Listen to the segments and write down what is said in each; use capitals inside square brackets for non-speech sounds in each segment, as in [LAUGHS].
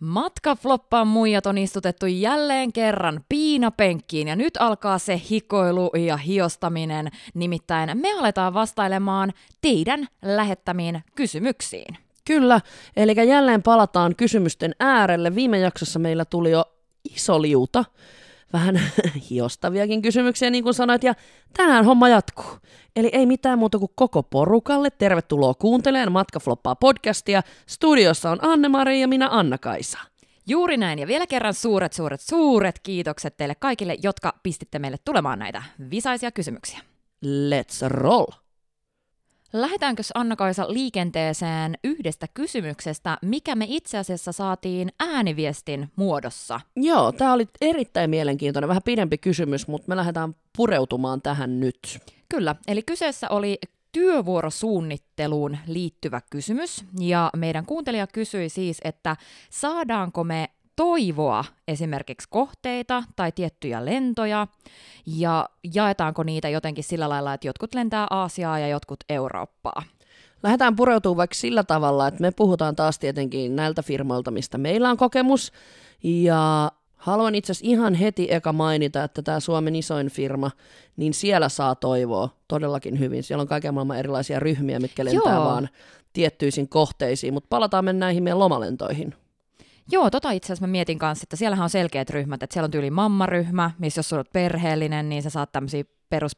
Matkafloppan muijat on istutettu jälleen kerran piinapenkkiin ja nyt alkaa se hikoilu ja hiostaminen, nimittäin me aletaan vastailemaan teidän lähettämiin kysymyksiin. Kyllä, eli jälleen palataan kysymysten äärelle. Viime jaksossa meillä tuli jo iso liuta, vähän [LAUGHS] hiostaviakin kysymyksiä niin kuin sanoit, ja tänään homma jatkuu. Eli ei mitään muuta kuin koko porukalle. Tervetuloa kuuntelemaan Matkafloppaa podcastia. Studiossa on Anne-Mari ja minä Anna-Kaisa. Juuri näin, ja vielä kerran suuret, suuret, suuret kiitokset teille kaikille, jotka pistitte meille tulemaan näitä visaisia kysymyksiä. Let's roll! Lähdetäänkö Anna-Kaisa liikenteeseen yhdestä kysymyksestä, mikä me itse asiassa saatiin ääniviestin muodossa? Joo, tämä oli erittäin mielenkiintoinen, vähän pidempi kysymys, mutta me lähdetään pureutumaan tähän nyt. Kyllä, eli kyseessä oli työvuorosuunnitteluun liittyvä kysymys, ja meidän kuuntelija kysyi siis, että saadaanko me toivoa esimerkiksi kohteita tai tiettyjä lentoja, ja jaetaanko niitä jotenkin sillä lailla, että jotkut lentää Aasiaa ja jotkut Eurooppaa. Lähdetään pureutumaan vaikka sillä tavalla, että me puhutaan taas tietenkin näiltä firmoilta, mistä meillä on kokemus, ja haluan itse asiassa ihan heti eka mainita, että tämä Suomen isoin firma, niin siellä saa toivoa todellakin hyvin. Siellä on kaiken maailman erilaisia ryhmiä, mitkä lentää Joo. Joo. vaan tiettyisiin kohteisiin, mutta palataan me näihin meidän lomalentoihin. Joo, tota itse asiassa mä mietin kanssa, että siellähän on selkeät ryhmät, että siellä on tyyli mammaryhmä, missä jos sulla olet perheellinen, niin sä saat tämmöisiä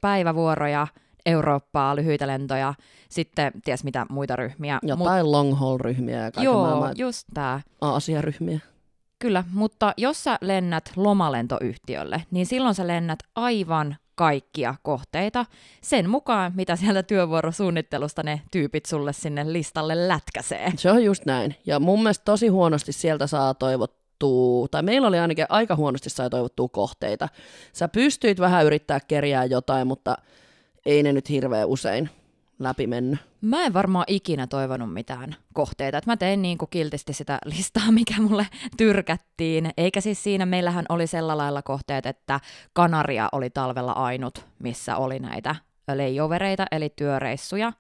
peruspäivävuoroja, Eurooppaa, lyhyitä lentoja, sitten ties mitä muita ryhmiä. Jotain long haul ryhmiä ja kaiken Joo. joo, maailman just tää. Aasia-ryhmiä. Kyllä, mutta jos sä lennät lomalentoyhtiölle, niin silloin sä lennät aivan kaikkia kohteita sen mukaan, mitä sieltä työvuorosuunnittelusta ne tyypit sulle sinne listalle lätkäsee. Se on just näin. Ja mun mielestä tosi huonosti sieltä saa toivottua, tai meillä oli ainakin aika huonosti sai toivottua kohteita. Sä pystyit vähän yrittää kerjää jotain, mutta ei ne nyt hirveän usein läpi mennyt. Mä en varmaan ikinä toivonut mitään kohteita. Et mä tein niin kuin kiltisti sitä listaa, [LAUGHS] mikä mulle tyrkättiin. Eikä siis siinä, meillähän oli sellä lailla kohteet, että Kanaria oli talvella ainut, missä oli näitä layovereita, eli työreissuja.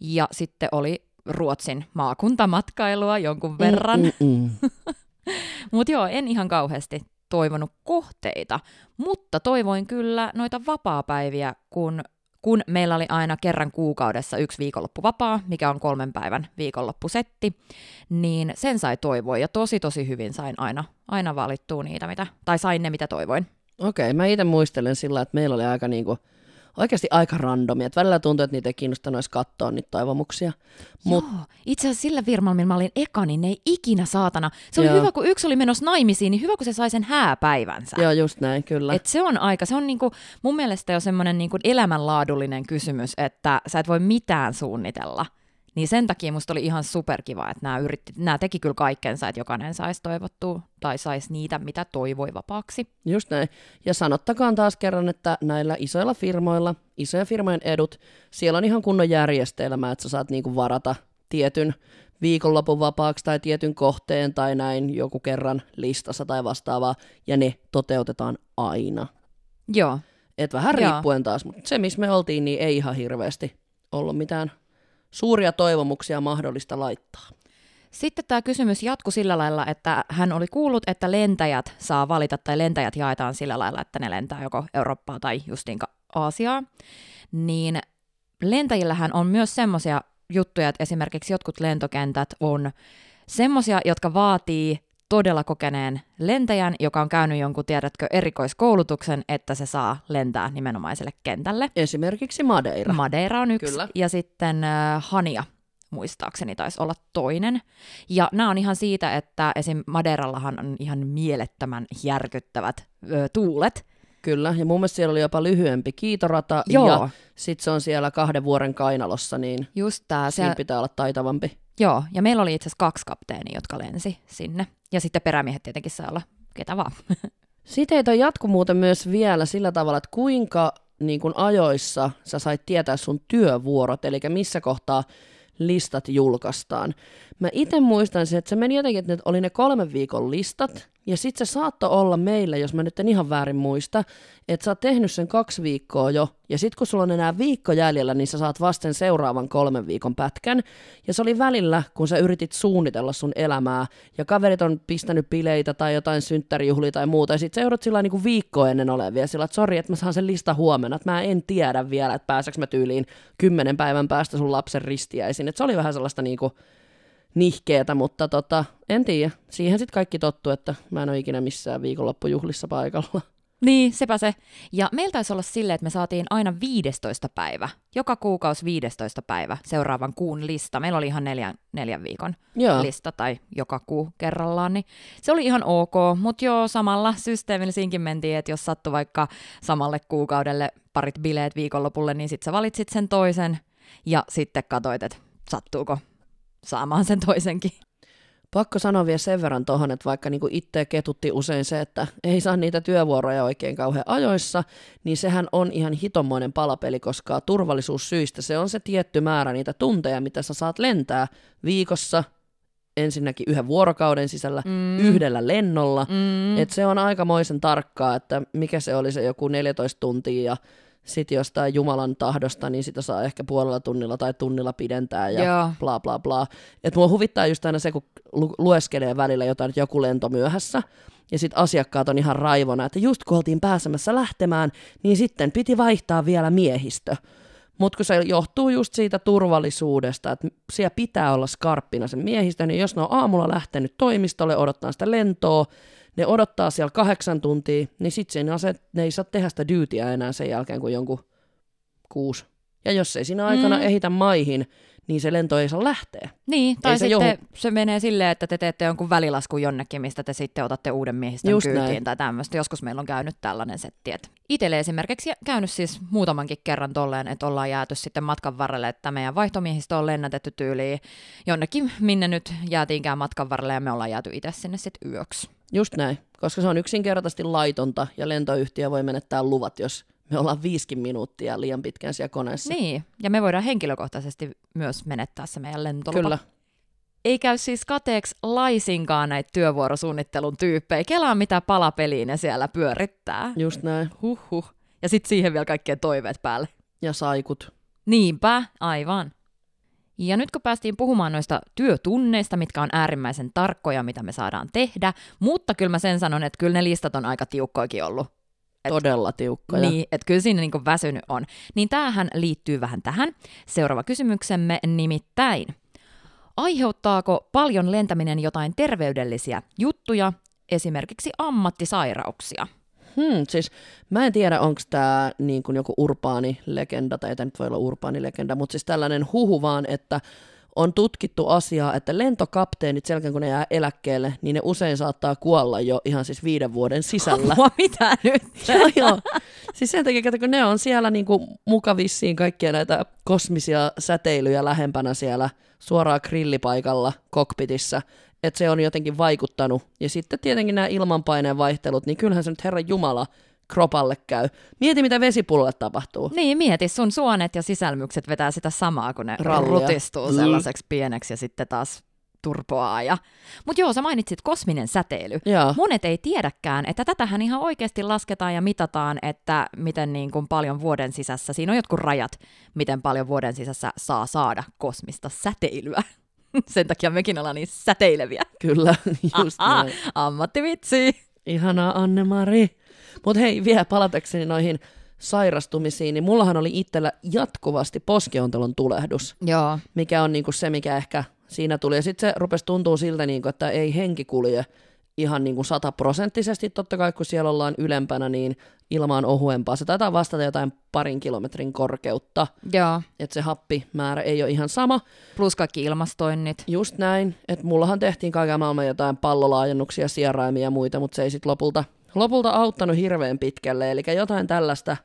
Ja sitten oli Ruotsin maakuntamatkailua jonkun verran. Mm-mm. Mutta joo, en ihan kauheasti toivonut kohteita, mutta toivoin kyllä noita vapaapäiviä, kun, kun meillä oli aina kerran kuukaudessa yksi viikonloppu vapaa, mikä on kolmen päivän viikonloppusetti, niin sen sai toivoa ja tosi tosi hyvin sain aina, aina valittua niitä, mitä, tai sain ne mitä toivoin. Okei, okay, mä itse muistelen sillä, että meillä oli aika niinku, oikeasti aika randomia. Et välillä tuntui, että niitä ei kiinnostanut edes katsoa niitä toivomuksia. Mut, Joo, itse asiassa sillä firmalla, millä mä olin eka, niin ne ei ikinä saatana. Se oli Joo. hyvä, kun yksi oli menossa naimisiin, niin hyvä, kun se sai sen hääpäivänsä. joo, just näin, kyllä. Et se on aika, se on niinku, mun mielestä jo semmoinen niinku elämänlaadullinen kysymys, että sä et voi mitään suunnitella. Niin sen takia musta oli ihan superkiva, että nämä, yritti, nämä teki kyllä kaikkensa, että jokainen saisi toivottua tai saisi niitä, mitä toivoi vapaaksi. Just näin. Ja sanottakaan taas kerran, että näillä isoilla firmoilla, isojen firmojen edut, siellä on ihan kunnon järjestelmä, että sä saat niinku varata tietyn viikonlopun vapaaksi tai tietyn kohteen tai näin joku kerran listassa tai vastaavaa, ja ne toteutetaan aina. Joo, Et vähän Joo. riippuen taas, mutta se missä me oltiin, niin ei ihan hirveästi ollut mitään suuria toivomuksia mahdollista laittaa. Sitten tämä kysymys jatkui sillä lailla, että hän oli kuullut, että lentäjät saa valita tai lentäjät jaetaan sillä lailla, että ne lentää joko Eurooppaa tai justiinka Aasiaa. Niin lentäjillähän on myös semmoisia juttuja, että esimerkiksi jotkut lentokentät on semmoisia, jotka vaatii todella kokeneen lentäjän, joka on käynyt jonkun, tiedätkö, erikoiskoulutuksen, että se saa lentää nimenomaiselle kentälle. Esimerkiksi Madeira. Madeira on yksi Kyllä. ja sitten äh, Hania muistaakseni taisi olla toinen. Ja nämä on ihan siitä, että esim. Madeirallahan on ihan mielettömän järkyttävät ö, tuulet. Kyllä, ja mun mielestä siellä oli jopa lyhyempi kiitorata, Joo, ja Sitten se on siellä kahden vuoren kainalossa, niin just tämä. siinä pitää olla taitavampi. Joo, ja meillä oli itse asiassa kaksi kapteenia, jotka lensi sinne. Ja sitten perämiehet tietenkin saa olla ketä vaan. [LAUGHS] Siteitä jatkuu muuten myös vielä sillä tavalla, että kuinka niin kuin ajoissa sä sait tietää sun työvuorot, eli missä kohtaa listat julkaistaan. Mä itse muistan sen, että se meni jotenkin, että ne oli ne kolmen viikon listat, Ja sit se saattoi olla meillä, jos mä nyt en ihan väärin muista, että sä oot tehnyt sen kaksi viikkoa jo, ja sit kun sulla on enää viikko jäljellä, niin sä saat vasten seuraavan kolmen viikon pätkän. Ja se oli välillä, kun sä yritit suunnitella sun elämää, ja kaverit on pistänyt bileitä tai jotain synttärijuhlia tai muuta, ja sit sä joudut sillä niinku viikko ennen olevia, sillä että sori, että mä saan sen lista huomenna, että mä en tiedä vielä, että pääseks mä tyyliin kymmenen päivän päästä sun lapsen ristiäisiin. Et se oli vähän sellaista niinku, nihkeetä, mutta tota, en tiedä. Siihen sitten kaikki tottu, että mä en ole ikinä missään viikonloppujuhlissa paikalla. Niin, sepä se. Ja meillä taisi olla silleen, että me saatiin aina 15 päivä, joka kuukausi 15 päivä seuraavan kuun lista. Meillä oli ihan neljän, neljän viikon Joo. lista tai joka kuu kerrallaan, niin se oli ihan ok. Mutta joo, samalla systeemillä siinkin mentiin, että jos sattui vaikka samalle kuukaudelle parit bileet viikonlopulle, niin sitten sä valitsit sen toisen ja sitten katsoit, että sattuuko saamaan sen toisenkin. Pakko sanoa vielä sen verran tuohon, että vaikka niinku itse ketutti usein se, että ei saa niitä työvuoroja oikein kauhean ajoissa, niin sehän on ihan hitomoinen palapeli, koska turvallisuussyistä se on se tietty määrä niitä tunteja, mitä sä saat lentää viikossa, ensinnäkin yhden vuorokauden sisällä, mm. yhdellä lennolla. Mm. Et se on aikamoisen tarkkaa, että mikä se oli se joku 14 tuntia ja sitten jostain Jumalan tahdosta, niin sitä saa ehkä puolella tunnilla tai tunnilla pidentää ja Joo. bla bla bla. Et mua huvittaa just aina se, kun lu- lueskelee välillä jotain, että joku lento myöhässä, ja sitten asiakkaat on ihan raivona, että just kun oltiin pääsemässä lähtemään, niin sitten piti vaihtaa vielä miehistö. Mutta kun se johtuu just siitä turvallisuudesta, että siellä pitää olla skarppina sen miehistön, niin jos ne on aamulla lähtenyt toimistolle odottaa sitä lentoa, ne odottaa siellä kahdeksan tuntia, niin sitten ne ei saa tehdä sitä dyytiä enää sen jälkeen kuin jonkun kuusi. Ja jos ei siinä aikana Mm. mm. ehitä maihin, niin se lento ei saa lähteä. Niin, tai Ei se sitten se menee silleen, että te teette jonkun välilaskun jonnekin, mistä te sitten otatte uuden miehistön Just kyytiin näin. tai tämmöistä. Joskus meillä on käynyt tällainen setti. että Itelle esimerkiksi käynyt siis muutamankin kerran tolleen, että ollaan jääty sitten matkan varrelle, että meidän vaihtomiehistö on lennätetty tyyliin jonnekin, minne nyt jäätiinkään matkan varrelle ja me ollaan jääty itse sinne sitten yöksi. Just näin, koska se on yksinkertaisesti laitonta ja lentoyhtiö voi menettää luvat, jos me ollaan viisikin minuuttia liian pitkään siellä koneessa. Niin, ja me voidaan henkilökohtaisesti myös menettää se meidän lentolupa. Kyllä. ei käy siis kateeksi laisinkaan näitä työvuorosuunnittelun tyyppejä. Kelaa mitä palapeliä ne siellä pyörittää. Just näin. Huhhuh. Ja sitten siihen vielä kaikkien toiveet päälle. Ja saikut. Niinpä, aivan. Ja nyt kun päästiin puhumaan noista työtunneista, mitkä on äärimmäisen tarkkoja, mitä me saadaan tehdä, mutta kyllä mä sen sanon, että kyllä ne listat on aika tiukkoikin ollut. Et- Todella tiukkoja. Niin, että kyllä siinä niin väsynyt on. Niin tämähän liittyy vähän tähän. Seuraava kysymyksemme nimittäin. Aiheuttaako paljon lentäminen jotain terveydellisiä juttuja, esimerkiksi ammattisairauksia? Hmm, siis mä en tiedä, onko tämä niin kuin joku urbaani legenda, tai ei tää nyt voi olla urbaani legenda, mutta siis tällainen huhu vaan, että on tutkittu asiaa, että lentokapteenit sen jälkeen, kun ne jää eläkkeelle, niin ne usein saattaa kuolla jo ihan siis viiden vuoden sisällä. Apua, mitä nyt? joo, joo. Siis sen takia, kato, kun ne on siellä niin kuin muka vissiin kaikkia näitä kosmisia säteilyjä lähempänä siellä suoraan grillipaikalla kokpitissa, että se on jotenkin vaikuttanut. Ja sitten tietenkin nämä ilmanpaineen vaihtelut, niin kyllähän se nyt Herran Jumala kropalle käy. Mieti, mitä vesipullolle tapahtuu. Niin, mieti, sun suonet ja sisälmykset vetää sitä samaa, kun ne Rallia. Rallia. rutistuu Mm. sellaiseksi pieneksi ja sitten taas turpoaa. Ja... Mutta joo, sä mainitsit kosminen säteily. Joo, Monet ei tiedäkään, että tätähän ihan oikeasti lasketaan ja mitataan, että miten niin kuin paljon vuoden sisässä, siinä on jotkut rajat, miten paljon vuoden sisässä saa saada kosmista säteilyä. [LAUGHS] Sen takia mekin ollaan niin säteileviä. kyllä, [LAUGHS] just Aha, näin. ammattivitsi. Ihanaa Anne-Mari. Mutta hei, vielä palatakseni noihin sairastumisiin, niin mullahan oli itsellä jatkuvasti poskeontelon tulehdus. Joo. mikä on niinku se, mikä ehkä siinä tuli. Ja sitten se rupesi tuntuu siltä, niinku, että ei henki kulje ihan niinku sataprosenttisesti. Totta kai, kun siellä ollaan ylempänä, niin ilma on ohuempaa. Se taitaa vastata jotain parin kilometrin korkeutta, Joo. että se happimäärä ei ole ihan sama. Plus kaikki ilmastoinnit. Just näin, että mullahan tehtiin kaiken maailman jotain pallolaajennuksia, sieraimia ja muita, mutta se ei sitten lopulta, lopulta auttanut hirveän pitkälle. Eli jotain tällaista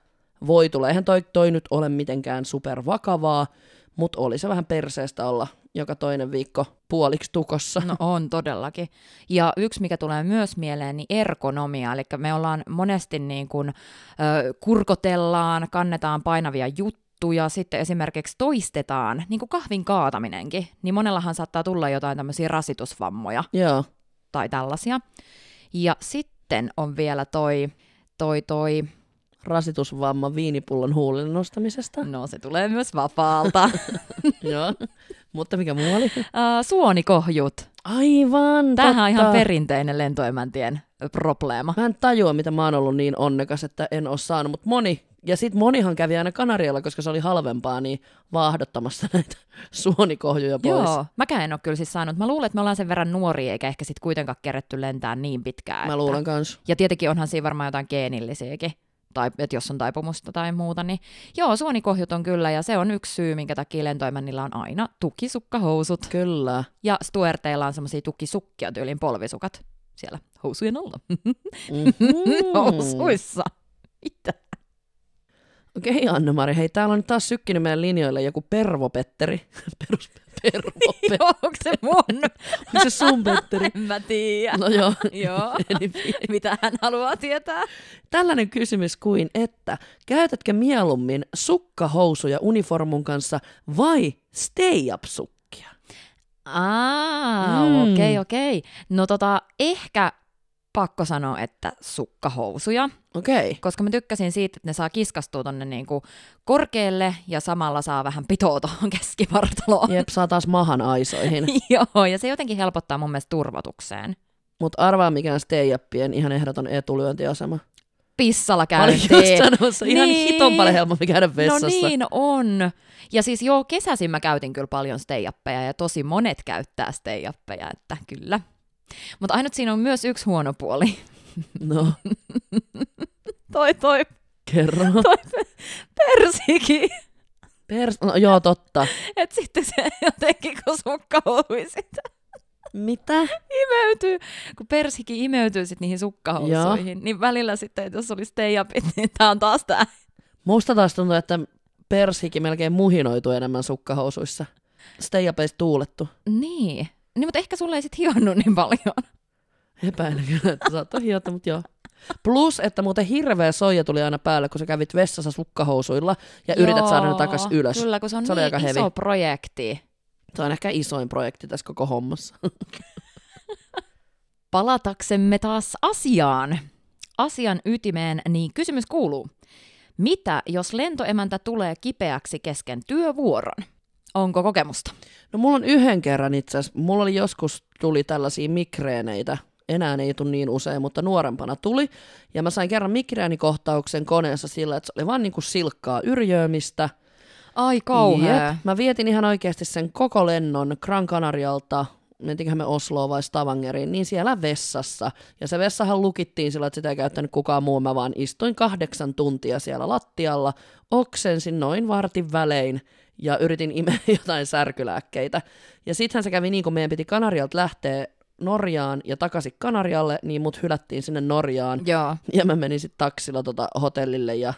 voi tulla. Eihän toi, toi nyt ole mitenkään supervakavaa, mutta oli se vähän perseestä olla joka toinen viikko puoliksi tukossa. [LAUGHS] No on todellakin. Ja yksi, mikä tulee myös mieleen, niin ergonomia. Eli me ollaan monesti niin kuin, ö, kurkotellaan, kannetaan painavia juttuja, sitten esimerkiksi toistetaan, niin kuin kahvin kaataminenkin, niin monellahan saattaa tulla jotain tämmöisiä rasitusvammoja Joo, tai tällaisia. Ja sitten on vielä toi, toi, toi, Rasitusvamma viinipullon huulille nostamisesta. no se tulee myös vapaalta, [LAUGHS] Joo. Mutta mikä muu oli? Ää, suonikohjut. Aivan, Tämähän on ihan totta. perinteinen lentoemäntien probleema. Mä en tajua, mitä mä oon ollut niin onnekas, että en oo saanut, mutta moni. Ja sit monihan kävi aina Kanarialla, koska se oli halvempaa, niin vaahdottamassa [LAUGHS] näitä suonikohjuja pois. Joo, mäkään en ole kyllä siis saanut. Mä luulen, että me ollaan sen verran nuoria, eikä ehkä sit kuitenkaan keretty lentää niin pitkään. Mä että- luulen kans. Ja tietenkin onhan siinä varmaan jotain geenillisiäkin, tai että jos on taipumusta tai muuta, niin joo, suonikohjut on kyllä, ja se on yksi syy, minkä takia lentoimännillä on aina tukisukkahousut. [LAUGHS] Kyllä. Ja Stuarteilla on semmoisia tukisukkia, tyylin polvisukat siellä housujen alla, Hmm. Mm-hmm. housuissa. [LAUGHS] Mitä? Okei, okay, Anna-Mari, hei, täällä on nyt taas sykkinyt meidän linjoille joku pervopetteri. [LAUGHS] Perus, pervopetteri. Joo, onko se mun? Onko se sun petteri? en mä tiedä. No joo. Joo, [LAUGHS] Eli mitä hän haluaa tietää? Tällainen kysymys kuin, että käytätkö mieluummin sukkahousuja uniformun kanssa vai stay-up-sukkia? Aa, Mm. okei, okei. No tota, ehkä pakko sanoa, että sukkahousuja, Okei. koska mä tykkäsin siitä, että ne saa kiskastua tonne niinku korkealle ja samalla saa vähän pitoa tuohon [LAUGHS] keskivartaloon. [LAUGHS] Jep, saa taas mahan [LAUGHS] aisoihin. Joo, ja se jotenkin helpottaa mun mielestä turvotukseen. Mutta arvaa mikään stay-upien ihan ehdoton etulyöntiasema. Pissalla Mä olin käyntiin. just sanomassa, ihan Niin. hiton paljon helpompi käydä vessassa. No niin on. Ja siis joo, kesäisin mä käytin kyllä paljon stay ja tosi monet käyttää stay että kyllä. Mutta ainut siinä on myös yksi huono puoli. [LAUGHS] no Toi toi [LAUGHS] kerro. persikin. Pers- no, joo, totta. Et sitten se jotenkin, kun sukka sitä Mitä? imeytyy, kun persikin imeytyy sit niihin sukkahousuihin, niin välillä sitten, että jos olisi stay upit, [LAUGHS] niin tää on taas tää. Musta taas tuntuu, että persikin melkein muhinoitu enemmän sukkahousuissa. Stay-upeista tuulettu. Niin. Niin, mutta ehkä sulle ei sit hionnut niin [LAUGHS] paljon. Epäilen kyllä, että saattoi hiota, mutta joo. Plus, että muuten hirveä soija tuli aina päälle, kun sä kävit vessassa sukkahousuilla ja joo, yrität saada ne takas ylös. Kyllä, kun se on Se se oli niin aika iso heavy. heavy. projekti. Se on ehkä isoin projekti tässä koko hommassa. Palataksemme taas asiaan, asian ytimeen, niin kysymys kuuluu. Mitä, jos lentoemäntä tulee kipeäksi kesken työvuoron? Onko kokemusta? No mulla on yhden kerran itse asiassa, mulla oli joskus tuli tällaisia migreeneitä, enää ei tule niin usein, mutta nuorempana tuli. Ja mä sain kerran migreenikohtauksen koneessa sillä, että se oli vaan niinku silkkaa yrjöömistä. Ai kauhea. Jep. Mä vietin ihan oikeasti sen koko lennon Gran Canarialta, mentiinköhän me Osloon vai Stavangeriin, niin siellä vessassa. Ja se vessahan lukittiin sillä, että sitä ei käyttänyt kukaan muu. Mä vaan istuin kahdeksan tuntia siellä lattialla, oksensin noin vartin välein ja yritin imeä [LAUGHS] jotain särkylääkkeitä. Ja sittenhän se kävi niin, kun meidän piti Kanarialta lähteä Norjaan ja takaisin Kanarialle, niin mut hylättiin sinne Norjaan. Joo. Ja mä menin sitten taksilla tota hotellille ja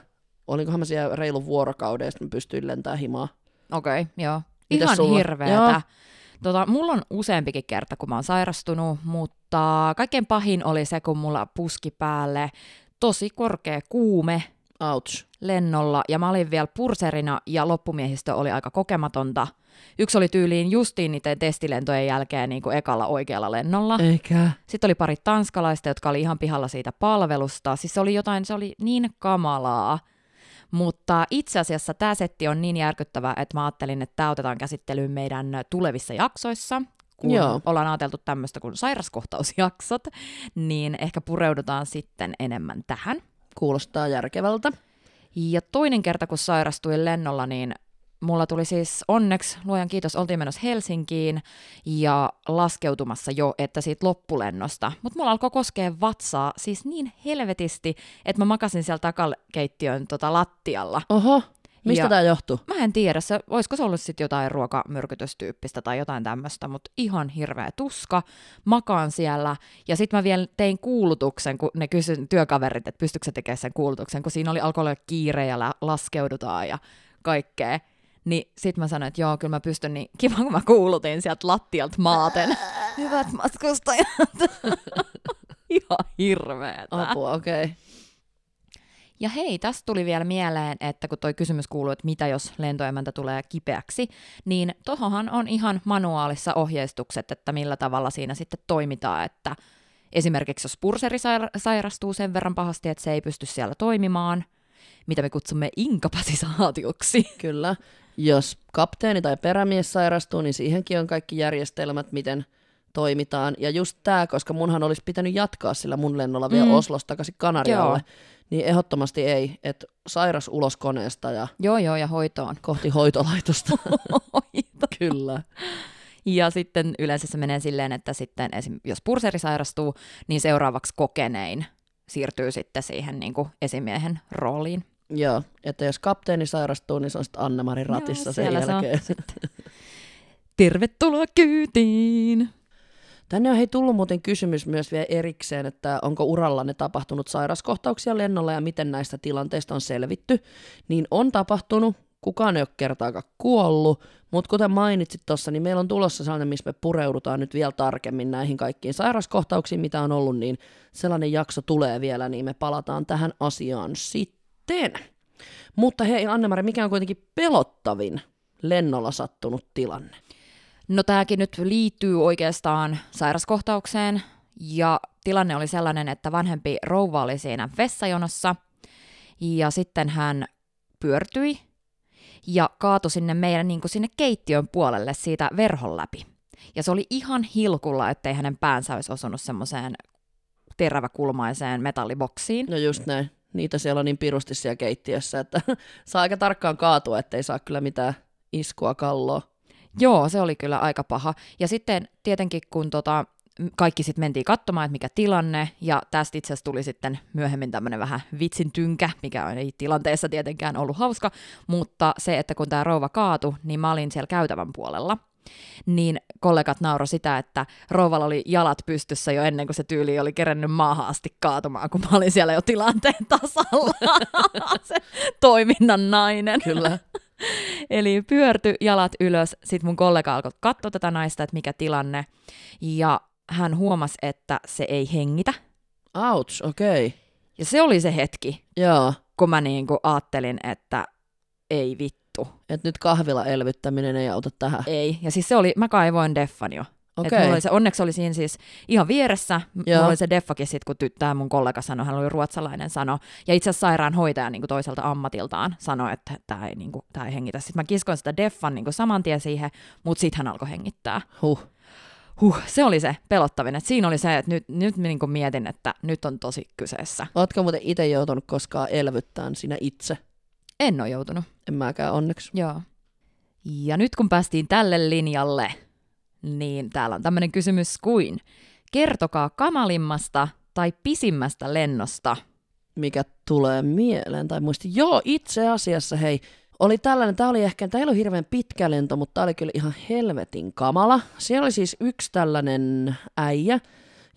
olinkohan mä siellä reilun vuorokauden ja sit mä pystyin lentää himaa. Okei, okay, joo. Mitäs Ihan sulla? Joo. hirveetä. Tota, mulla on useampikin kerta, kun mä oon sairastunut, mutta kaikkein pahin oli se, kun mulla puski päälle tosi korkea kuume Ouch. lennolla ja mä olin vielä purserina ja loppumiehistö oli aika kokematonta. Yksi oli tyyliin justiin niiden testilentojen jälkeen niin kuin ekalla oikealla lennolla. Eikä. Sitten oli pari tanskalaista, jotka oli ihan pihalla siitä palvelusta. Siis se oli jotain, se oli niin kamalaa. Mutta itse asiassa tämä setti on niin järkyttävä, että mä ajattelin, että tämä otetaan käsittelyyn meidän tulevissa jaksoissa. Kun Joo. Joo. ollaan ajateltu tämmöistä kuin sairaskohtausjaksot, niin ehkä pureudutaan sitten enemmän tähän. Kuulostaa järkevältä. Ja toinen kerta, kun sairastuin lennolla, niin mulla tuli siis onneksi, luojan kiitos, oltiin menossa Helsinkiin ja laskeutumassa jo, että siitä loppulennosta. Mutta mulla alkoi koskea vatsaa siis niin helvetisti, että mä makasin siellä takakeittiön tota lattialla. Oho, mistä Ja- tämä johtuu? Mä en tiedä, se, olisiko se ollut sitten jotain ruokamyrkytystyyppistä tai jotain tämmöistä, mutta ihan hirveä tuska. Makaan siellä ja sitten mä vielä tein kuulutuksen, kun ne kysyn työkaverit, että pystytkö sä tekemään sen kuulutuksen, kun siinä oli alkoi olla kiire ja lä- laskeudutaan ja kaikkea. Niin sitten mä sanoin, että joo, kyllä mä pystyn, niin kiva kun mä kuulutin sieltä lattialta maaten. Hyvät matkustajat. [LAUGHS] ihan hirveetä. Apua, okei. Okay. Ja hei, tästä tuli vielä mieleen, että kun toi kysymys kuuluu, että mitä jos lentoemäntä tulee kipeäksi, niin tohonhan on ihan manuaalissa ohjeistukset, että millä tavalla siinä sitten toimitaan, että Esimerkiksi jos purseri sair- sairastuu sen verran pahasti, että se ei pysty siellä toimimaan, mitä me kutsumme inkapasitaatioksi. Kyllä. Jos kapteeni tai perämies sairastuu, niin siihenkin on kaikki järjestelmät, miten toimitaan. Ja just tämä, koska munhan olisi pitänyt jatkaa sillä mun lennolla vielä Mm. mm. Oslosta takaisin Kanarialle, niin ehdottomasti ei. Että sairas ulos koneesta ja Joo, joo, ja hoitoon. kohti [LAUGHS] hoitolaitosta. Kyllä. Ja sitten yleensä se menee silleen, että sitten esim. jos purseri sairastuu, niin seuraavaksi kokenein siirtyy sitten siihen niin kuin esimiehen rooliin. Joo, että jos kapteeni sairastuu, niin se on sitten Annemari ratissa Joo, sen siellä se on jälkeen. sitten. Tervetuloa kyytiin! Tänne on hei tullut muuten kysymys myös vielä erikseen, että onko urallanne tapahtunut sairaskohtauksia lennolla ja miten näistä tilanteista on selvitty. Niin on tapahtunut, kukaan ei ole kertaakaan kuollut, mutta kuten mainitsit tuossa, niin meillä on tulossa sellainen, missä me pureudutaan nyt vielä tarkemmin näihin kaikkiin sairaskohtauksiin, mitä on ollut, niin sellainen jakso tulee vielä, niin me palataan tähän asiaan sitten. Mutta hei Annemari, mikä on kuitenkin pelottavin lennolla sattunut tilanne? No tämäkin nyt liittyy oikeastaan sairaskohtaukseen ja tilanne oli sellainen, että vanhempi rouva oli siinä vessajonossa ja sitten hän pyörtyi ja kaatui sinne meidän niin kuin sinne keittiön puolelle siitä verhon läpi. Ja se oli ihan hilkulla, ettei hänen päänsä olisi osunut semmoiseen teräväkulmaiseen metalliboksiin. No just näin. Niitä siellä on niin pirusti siellä keittiössä, että [LAUGHS] saa aika tarkkaan kaatua, ettei saa kyllä mitään iskua kalloa. Joo, se oli kyllä aika paha. Ja sitten tietenkin, kun tota, m- kaikki sitten mentiin katsomaan, että mikä tilanne, ja tästä itse asiassa tuli sitten myöhemmin tämmöinen vähän vitsin tynkä, mikä ei tilanteessa tietenkään ollut hauska, mutta se, että kun tämä rouva kaatu, niin mä olin siellä käytävän puolella, niin kollegat nauro sitä, että rouvalla oli jalat pystyssä jo ennen kuin se tyyli oli kerennyt maahan asti kaatumaan, kun mä olin siellä jo tilanteen tasalla. [LAUGHS] se toiminnan nainen. Kyllä. Eli pyörty jalat ylös. Sitten mun kollega alkoi katsoa tätä naista, että mikä tilanne. Ja hän huomasi, että se ei hengitä. [LAUGHS] Ouch, okei. Okay. Ja se oli se hetki, Joo. kun mä niinku ajattelin, että ei vittu, Et nyt kahvila elvyttäminen ei auta tähän. ei. Ja siis se oli, mä kaivoin deffan jo. Et Okei. mulla oli se, onneksi oli siinä siis ihan vieressä, M- Joo. mulla oli se deffakin sit, kun tyttää mun kollega sanoi, hän oli ruotsalainen sano, ja itse asiassa sairaanhoitaja niin toiselta ammatiltaan sanoi, että tämä ei, niin kuin, tää ei hengitä. Sitten mä kiskoin sitä deffan niin saman tien siihen, mutta sitten hän alkoi hengittää. Huh. Huh, se oli se pelottavin. Et siinä oli se, että nyt, nyt niin mietin, että nyt on tosi kyseessä. Ootko muuten itse joutunut koskaan elvyttämään sinä itse? En ole joutunut. En mäkään onneksi. Joo. Ja nyt kun päästiin tälle linjalle, niin täällä on tämmöinen kysymys kuin, kertokaa kamalimmasta tai pisimmästä lennosta. mikä tulee mieleen tai muisti. Joo, itse asiassa hei, oli tällainen, tämä oli ehkä, tämä ei ollut hirveän pitkä lento, mutta tämä oli kyllä ihan helvetin kamala. Siellä oli siis yksi tällainen äijä,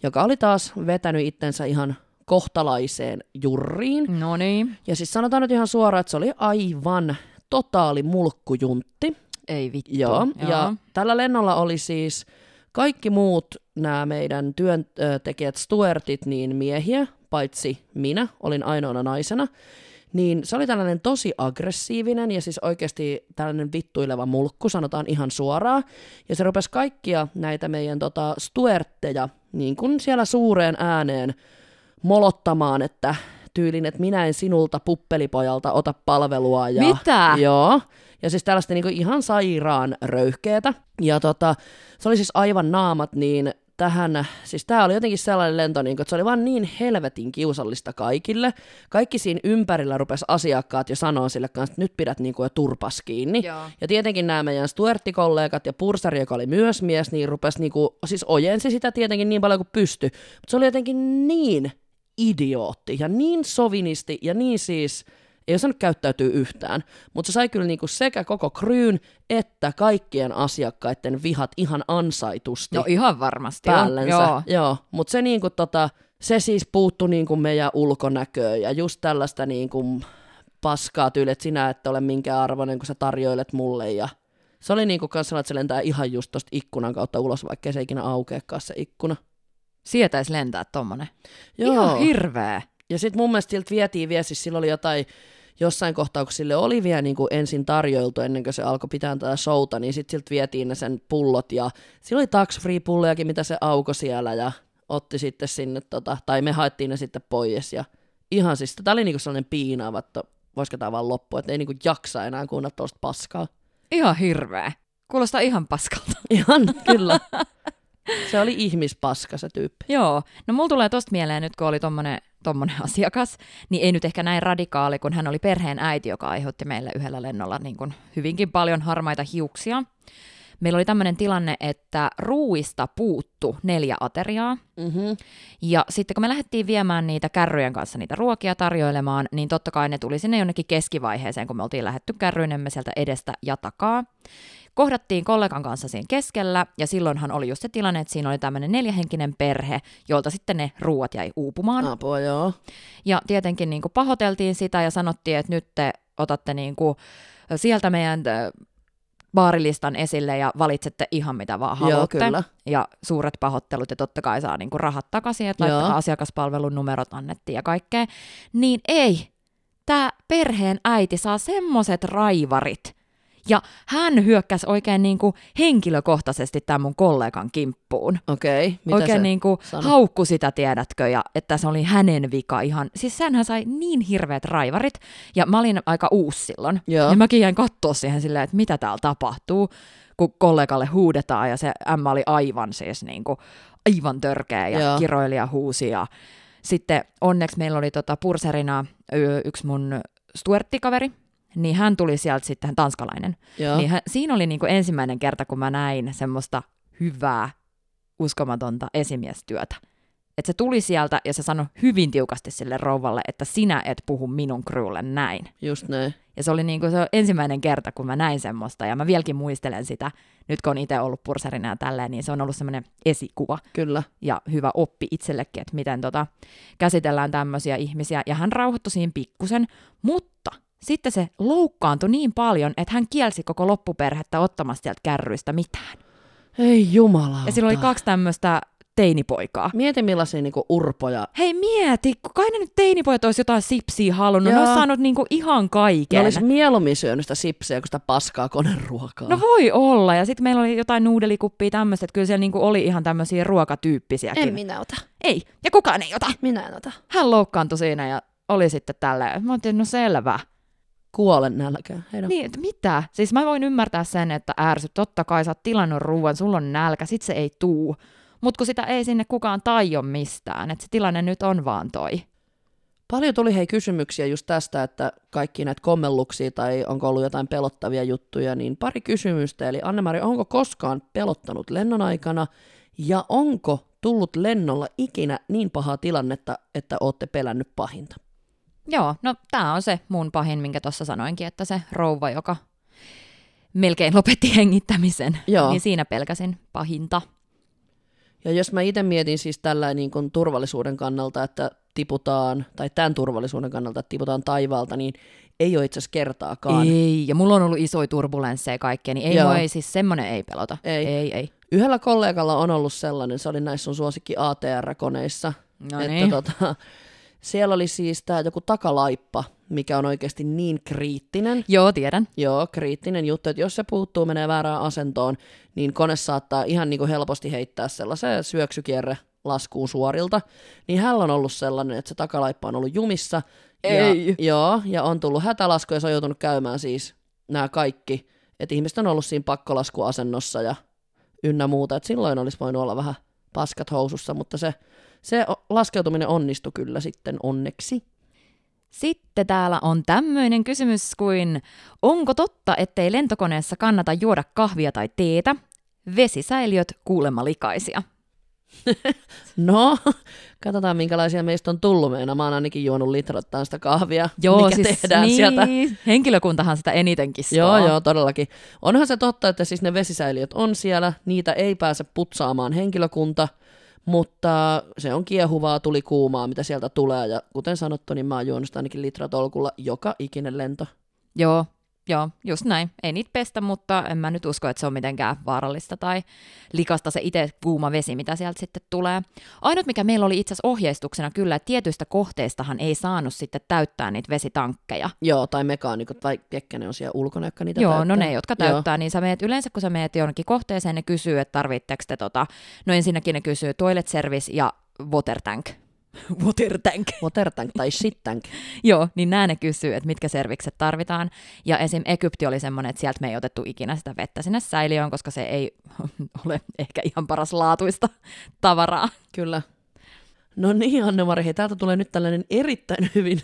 joka oli taas vetänyt itsensä ihan kohtalaiseen jurriin. No niin. Ja siis sanotaan nyt ihan suoraan, että se oli aivan totaali mulkkujuntti. Ei vittu. Joo, Joo. ja tällä lennolla oli siis kaikki muut nämä meidän työntekijät, Stuartit, niin miehiä, paitsi minä, olin ainoana naisena. Niin se oli tällainen tosi aggressiivinen ja siis oikeasti tällainen vittuileva mulkku, sanotaan ihan suoraan. Ja se rupesi kaikkia näitä meidän tota, Stuartteja niin kuin siellä suureen ääneen molottamaan, että tyylin, että minä en sinulta puppelipojalta ota palvelua. Ja, Mitä? Joo. Ja siis tällaista niinku ihan sairaan röyhkeetä. Ja tota, se oli siis aivan naamat, niin tähän, siis tämä oli jotenkin sellainen lento, niin että se oli vaan niin helvetin kiusallista kaikille. Kaikki siinä ympärillä rupesi asiakkaat jo sanoa sille kanssa, että nyt pidät niin kuin jo turpas kiinni. Joo. Ja tietenkin nämä meidän Stuartti-kollegat ja Pursari, joka oli myös mies, niin rupesi niinku, siis ojensi sitä tietenkin niin paljon kuin pysty. Mutta se oli jotenkin niin idiootti ja niin sovinisti ja niin siis, ei osannut käyttäytyä yhtään, mutta se sai kyllä niinku sekä koko kryyn että kaikkien asiakkaiden vihat ihan ansaitusti No ihan varmasti. joo. päällensä. Joo. Joo. Joo. Mutta se, niinku tota, se siis puuttu niinku meidän ulkonäköön ja just tällaista niinku paskaa tyyliä, että sinä et ole minkään arvoinen, kun sä tarjoilet mulle. Ja se oli niinku kans sellainen, että se lentää ihan just tosta ikkunan kautta ulos, vaikka se ikinä aukeakaan se ikkuna. Sietäis lentää tommonen. Joo. Ihan hirveä. Ja sitten mun mielestä siltä vietiin vielä, siis sillä oli jotain, jossain kohtaa, kun sille oli vielä niin kuin ensin tarjoiltu ennen kuin se alkoi pitää tätä showta, niin sitten siltä vietiin ne sen pullot ja sillä oli tax free pullojakin, mitä se auko siellä ja otti sitten sinne, tota, tai me haettiin ne sitten pois. Ja ihan siis, tämä oli niinku sellainen piinaava, että voisiko tämä vaan loppua, että ei niinku jaksa enää kuunnella tuosta paskaa. [LAUGHS] Ihan hirveä. Kuulostaa ihan paskalta. Ihan, kyllä. Se oli ihmispaska se tyyppi. Joo. No mulla tulee tosta mieleen nyt, kun oli tommonen, tommonen [LAUGHS] asiakas, niin ei nyt ehkä näin radikaali, kun hän oli perheen äiti, joka aiheutti meille yhdellä lennolla niin kuin hyvinkin paljon harmaita hiuksia. Meillä oli tämmöinen tilanne, että ruuista puuttu neljä ateriaa, Mm-hmm. ja sitten kun me lähdettiin viemään niitä kärryjen kanssa niitä ruokia tarjoilemaan, niin totta kai ne tuli sinne jonnekin keskivaiheeseen, kun me oltiin lähetty kärryinemme sieltä edestä ja takaa. Kohdattiin kollegan kanssa siinä keskellä, ja silloinhan oli just se tilanne, että siinä oli tämmöinen neljähenkinen perhe, jolta sitten ne ruuat jäi uupumaan. Apua, joo. Ja tietenkin niin kuin pahoteltiin sitä ja sanottiin, että nyt te otatte niin kuin sieltä meidän ö, baarilistan esille ja valitsette ihan mitä vaan Joo, haluatte. kyllä. Ja suuret pahoittelut ja totta kai saa niin kuin rahat takaisin, että Joo. laittakaa asiakaspalvelun numerot annettiin ja kaikkea. Niin ei, tämä perheen äiti saa semmoset raivarit. Ja hän hyökkäsi oikein niin kuin henkilökohtaisesti tämän mun kollegan kimppuun Okei, okay, mitä oikein se? niin kuin sanoi? haukku sitä, tiedätkö, ja että se oli hänen vika ihan. Siis senhän sai niin hirveät raivarit, ja mä olin aika uusi silloin. Joo. Ja mäkin jäin katsoa siihen silleen, että mitä täällä tapahtuu, kun kollegalle huudetaan, ja se ämmä oli aivan siis niin kuin, aivan törkeä, ja Joo. Joo. kiroilija huusi, ja sitten onneksi meillä oli tota purserina ö, yksi mun stuerttikaveri, niin hän tuli sieltä sitten, tanskalainen, Joo. niin hän, siinä oli niinku ensimmäinen kerta, kun mä näin semmoista hyvää, uskomatonta esimiestyötä. Et se tuli sieltä ja se sanoi hyvin tiukasti sille rouvalle, että sinä et puhu minun crewlle näin. Just näin. Ja se oli niinku se ensimmäinen kerta, kun mä näin semmoista. Ja mä vieläkin muistelen sitä, nyt kun on itse ollut purserina ja tälleen, niin se on ollut semmoinen esikuva Kyllä. ja hyvä oppi itsellekin, että miten tota, käsitellään tämmöisiä ihmisiä. Ja hän rauhoittui siinä pikkusen, mutta sitten se loukkaantui niin paljon, että hän kielsi koko loppuperhettä ottamasta sieltä kärryistä mitään. Ei jumala. Ja sillä oli kaksi tämmöistä teinipoikaa. Mieti millaisia niinku urpoja. Hei mieti, kun kai ne nyt teinipojat olisi jotain sipsiä halunnut, ne Joo. olisi saanut niinku ihan Ne kaiken. olisi mieluummin syönyt sitä sipsiä kuin sitä paskaa koneruokaa. No voi olla, ja sitten meillä oli jotain nuudelikuppia tämmöistä, että kyllä siellä niinku oli ihan tämmöisiä ruokatyyppisiäkin. En minä ota. Ei, ja kukaan ei ota. Minä en ota. hän loukkaantui siinä ja oli sitten tälleen. Mä ajattelin, no selvä. Kuolen nälkään. Hei no. Niin, että mitä? Siis mä voin ymmärtää sen, että ärsyt, totta kai sä oot tilannut ruuan, sulla on nälkä, sit se ei tuu. Mut kun sitä ei sinne kukaan taio mistään, että se tilanne nyt on vaan toi. Paljon tuli hei kysymyksiä just tästä, että kaikki näitä kommelluksia tai onko ollut jotain pelottavia juttuja, niin pari kysymystä. Eli Annemari, onko koskaan pelottanut lennon aikana ja onko tullut lennolla ikinä niin pahaa tilannetta, että ootte pelännyt pahinta? Joo, no tää on se mun pahin, minkä tuossa sanoinkin, että se rouva, joka melkein lopetti hengittämisen, Joo. niin siinä pelkäsin pahinta. Ja jos mä itse mietin siis tällä niin kuin turvallisuuden kannalta, että tiputaan, tai tämän turvallisuuden kannalta, että tiputaan taivaalta, niin ei ole itse asiassa kertaakaan. Ei, ja mulla on ollut isoja turbulensseja kaikkea, niin ei Joo. mua ei siis semmonen ei pelota. Ei. ei. ei. Yhdellä kollegalla on ollut sellainen, se oli näissä sun suosikki ATR-koneissa. No että niin. tota, siellä oli siis tämä joku takalaippa, mikä on oikeasti niin kriittinen. Joo, tiedän. Joo, kriittinen juttu, että jos se puuttuu, menee väärään asentoon, niin kone saattaa ihan niin kuin helposti heittää sellaisen syöksykierre laskuun suorilta. Niin hänellä on ollut sellainen, että se takalaippa on ollut jumissa. Ja, Ei. joo, ja on tullut hätälasku ja se on joutunut käymään siis nämä kaikki. Että ihmiset on ollut siinä pakkolaskuasennossa ja ynnä muuta. Että silloin olisi voinut olla vähän paskat housussa, mutta se, se o- laskeutuminen onnistui kyllä sitten onneksi. Sitten täällä on tämmöinen kysymys kuin, onko totta, ettei lentokoneessa kannata juoda kahvia tai teetä? Vesisäiliöt kuulemma likaisia. No, [LAUGHS] katsotaan minkälaisia meistä on tullut. Meina mä oon ainakin juonut litrattaan sitä kahvia, mikä tehdään niin, sieltä. henkilökuntahan sitä enitenkin Joo, saa. siis joo, todellakin. Onhan se totta, että siis ne vesisäiliöt on siellä, niitä ei pääse putsaamaan henkilökunta, mutta se on kiehuvaa, tuli kuumaa, mitä sieltä tulee. Ja kutän sanottu, niin mä oon juonut sitä ainakin litratolkulla joka ikinen lento. joo. Joo, just näin. Ei niitä pestä, mutta en mä nyt usko, että se on mitenkään vaarallista tai likasta se itse kuuma vesi, mitä sieltä sitten tulee. Ainut, mikä meillä oli itse asiassa ohjeistuksena kyllä, että tietyistä kohteistahan ei saanut sitten täyttää niitä vesitankkeja. Joo, tai mekaanikot, vai ketkä ne on siellä ulkona, jotka niitä Joo, täyttää. no ne, jotka täyttää, Joo. niin sä meet, yleensä kun sä meet jonnekin kohteeseen, ne kysyy, että tarvitteko te tota, no ensinnäkin ne kysyy toilet service ja water tank. [LAUGHS] water tank. Joo. Water tank tai shit tank. Joo, niin nämä ne kysyy, että mitkä servikset tarvitaan. Ja esim. Egypti oli semmoinen, että sieltä me ei otettu ikinä sitä vettä sinne säiliöön, koska se ei [LAUGHS] ole ehkä ihan paras laatuista tavaraa. Kyllä. No niin, Anne-Mari, hei, täältä tulee nyt tällainen erittäin [LAUGHS] hyvin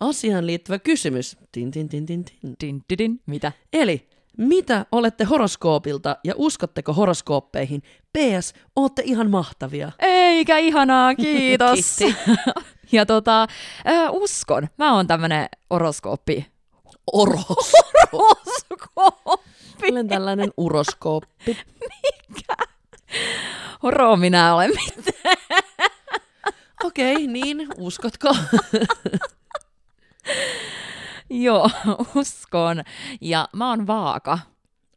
asiaan liittyvä kysymys. Tin, tin, tin, tin, tin. Din, din, din. Mitä? Eli mitä olette horoskoopilta ja uskotteko horoskooppeihin? PS, ootte ihan mahtavia. Eikä ihanaa, [LAUGHS] kiitos. Kiitti. [LAUGHS] ja tota, ö, uskon. Mä oon tämmönen horoskooppi. Oros. Horoskooppi. Olen tällainen uroskooppi. Horo minä olen. Okei, okay, niin, uskotko? [LAUGHS] Joo, uskon. Ja mä oon vaaka.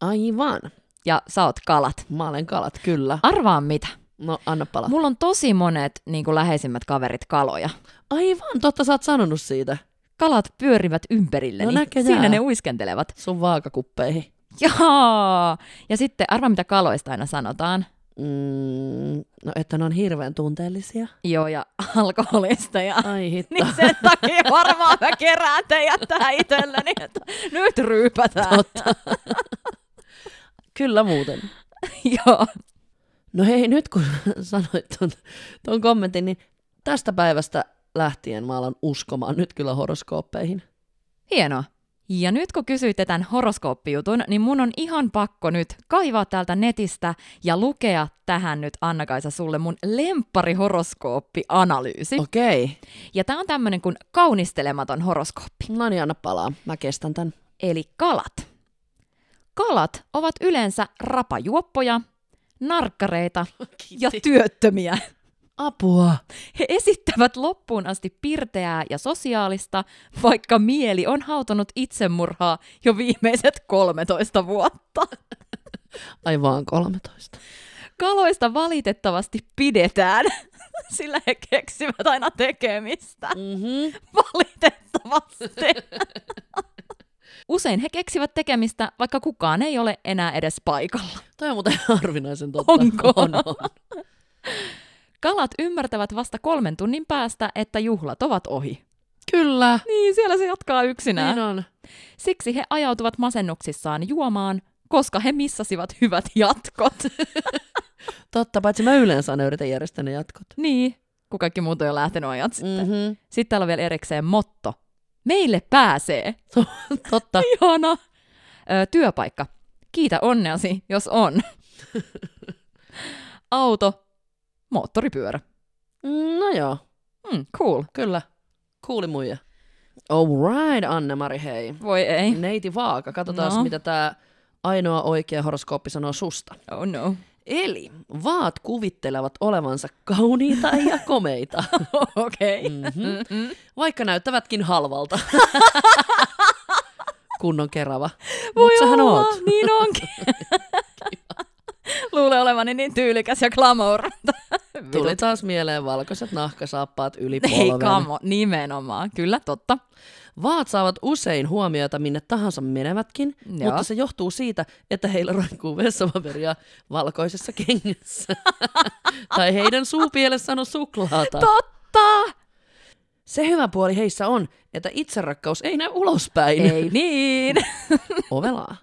Aivan. Ja sä oot kalat. Mä olen kalat, kyllä. Arvaa mitä. No, anna palaa. Mulla on tosi monet niin kuin läheisimmät kaverit kaloja. Aivan, totta sä oot sanonut siitä. Kalat pyörivät ympärilleni. No näköjään. Siinä ne uiskentelevat. [LAUGHS] Sun vaakakuppeihin. Jaa! Ja sitten arvaa mitä kaloista aina sanotaan. Mm, no, että ne on hirveän tunteellisia. Joo, ja alkoholista ja... [LAUGHS] [LAUGHS] Ai hitto. Niin sen takia varmaan mä kerään teidät tähän itselleni, että nyt [LAUGHS] ryypätään. Totta. Kyllä muuten. Joo. No hei, nyt kun sanoit ton, ton kommentin, niin tästä päivästä lähtien mä alan uskomaan nyt kyllä horoskooppeihin. Hienoa. Ja nyt kun kysyitte tämän horoskooppijutun, niin mun on ihan pakko nyt kaivaa täältä netistä ja lukea tähän nyt Anna-Kaisa sulle mun lemppari horoskooppianalyysi. Okay. Okei. Okay. Ja tämä on tämmönen kuin kaunistelematon horoskooppi. No niin, anna palaa. Mä kestän tämän. eli kalat. Kalat ovat yleensä rapajuoppoja, narkkareita ja työttömiä. Apua. He esittävät loppuun asti pirteää ja sosiaalista, vaikka mieli on hautonut itsemurhaa jo viimeiset 13 vuotta. Ai vaan 13. Kaloista valitettavasti pidetään, [LAUGHS] sillä he keksivät aina tekemistä. Mm-hmm. Valitettavasti. [LAUGHS] Usein he keksivät tekemistä, vaikka kukaan ei ole enää edes paikalla. Toi on muuten harvinaisen totta. Onko? On, on. Kalat ymmärtävät vasta kolmen tunnin päästä, että juhlat ovat ohi. Kyllä. Niin, siellä se jatkaa yksinään. Niin on. Siksi he ajautuvat masennuksissaan juomaan, koska he missasivat hyvät [LAUGHS] jatkot. Totta, paitsi mä yleensä aina yritän järjestää ne jatkot. niin, kun kaikki muut on jo lähtenyt ajat sitten. Mm. Mm-hmm. Sitten täällä on vielä erikseen motto. Meille pääsee. Totta. [LAUGHS] Ihana. Ö, työpaikka. Kiitä onneasi, jos [LAUGHS] on. Auto. Moottoripyörä. No joo, Hmm, cool. kyllä. Kuuli muija. All right, Anne-Mari, hei. Voi ei. Neiti Vaaka, katsotaan Eh. No. no. mitä tämä ainoa oikea horoskooppi sanoo susta. Oh no. Eli vaat kuvittelevat olevansa kauniita ja komeita, [LAUGHS] Okei. Mm-hmm. Mhm. Mm-mm. vaikka näyttävätkin [LAUGHS] halvalta. Kunnon kerava. Voi Mut sähän olla, oot. niin [LAUGHS] onkin. Luulen olevani niin tyylikäs ja glamour. Tuli taas mieleen valkoiset nahkasaappaat yli Ei polven. kamo, nimenomaan. Kyllä, totta. Vaat saavat usein huomiota minne tahansa menevätkin, Joo. mutta se johtuu siitä, että heillä roikkuu vessapaperia valkoisessa [LAUGHS] kengässä. tai heidän suupielessään on suklaata. Totta! Se hyvä puoli heissä on, että itserakkaus ei näy ulospäin. Ei niin. [LAUGHS] [LAUGHS] Ovelaa.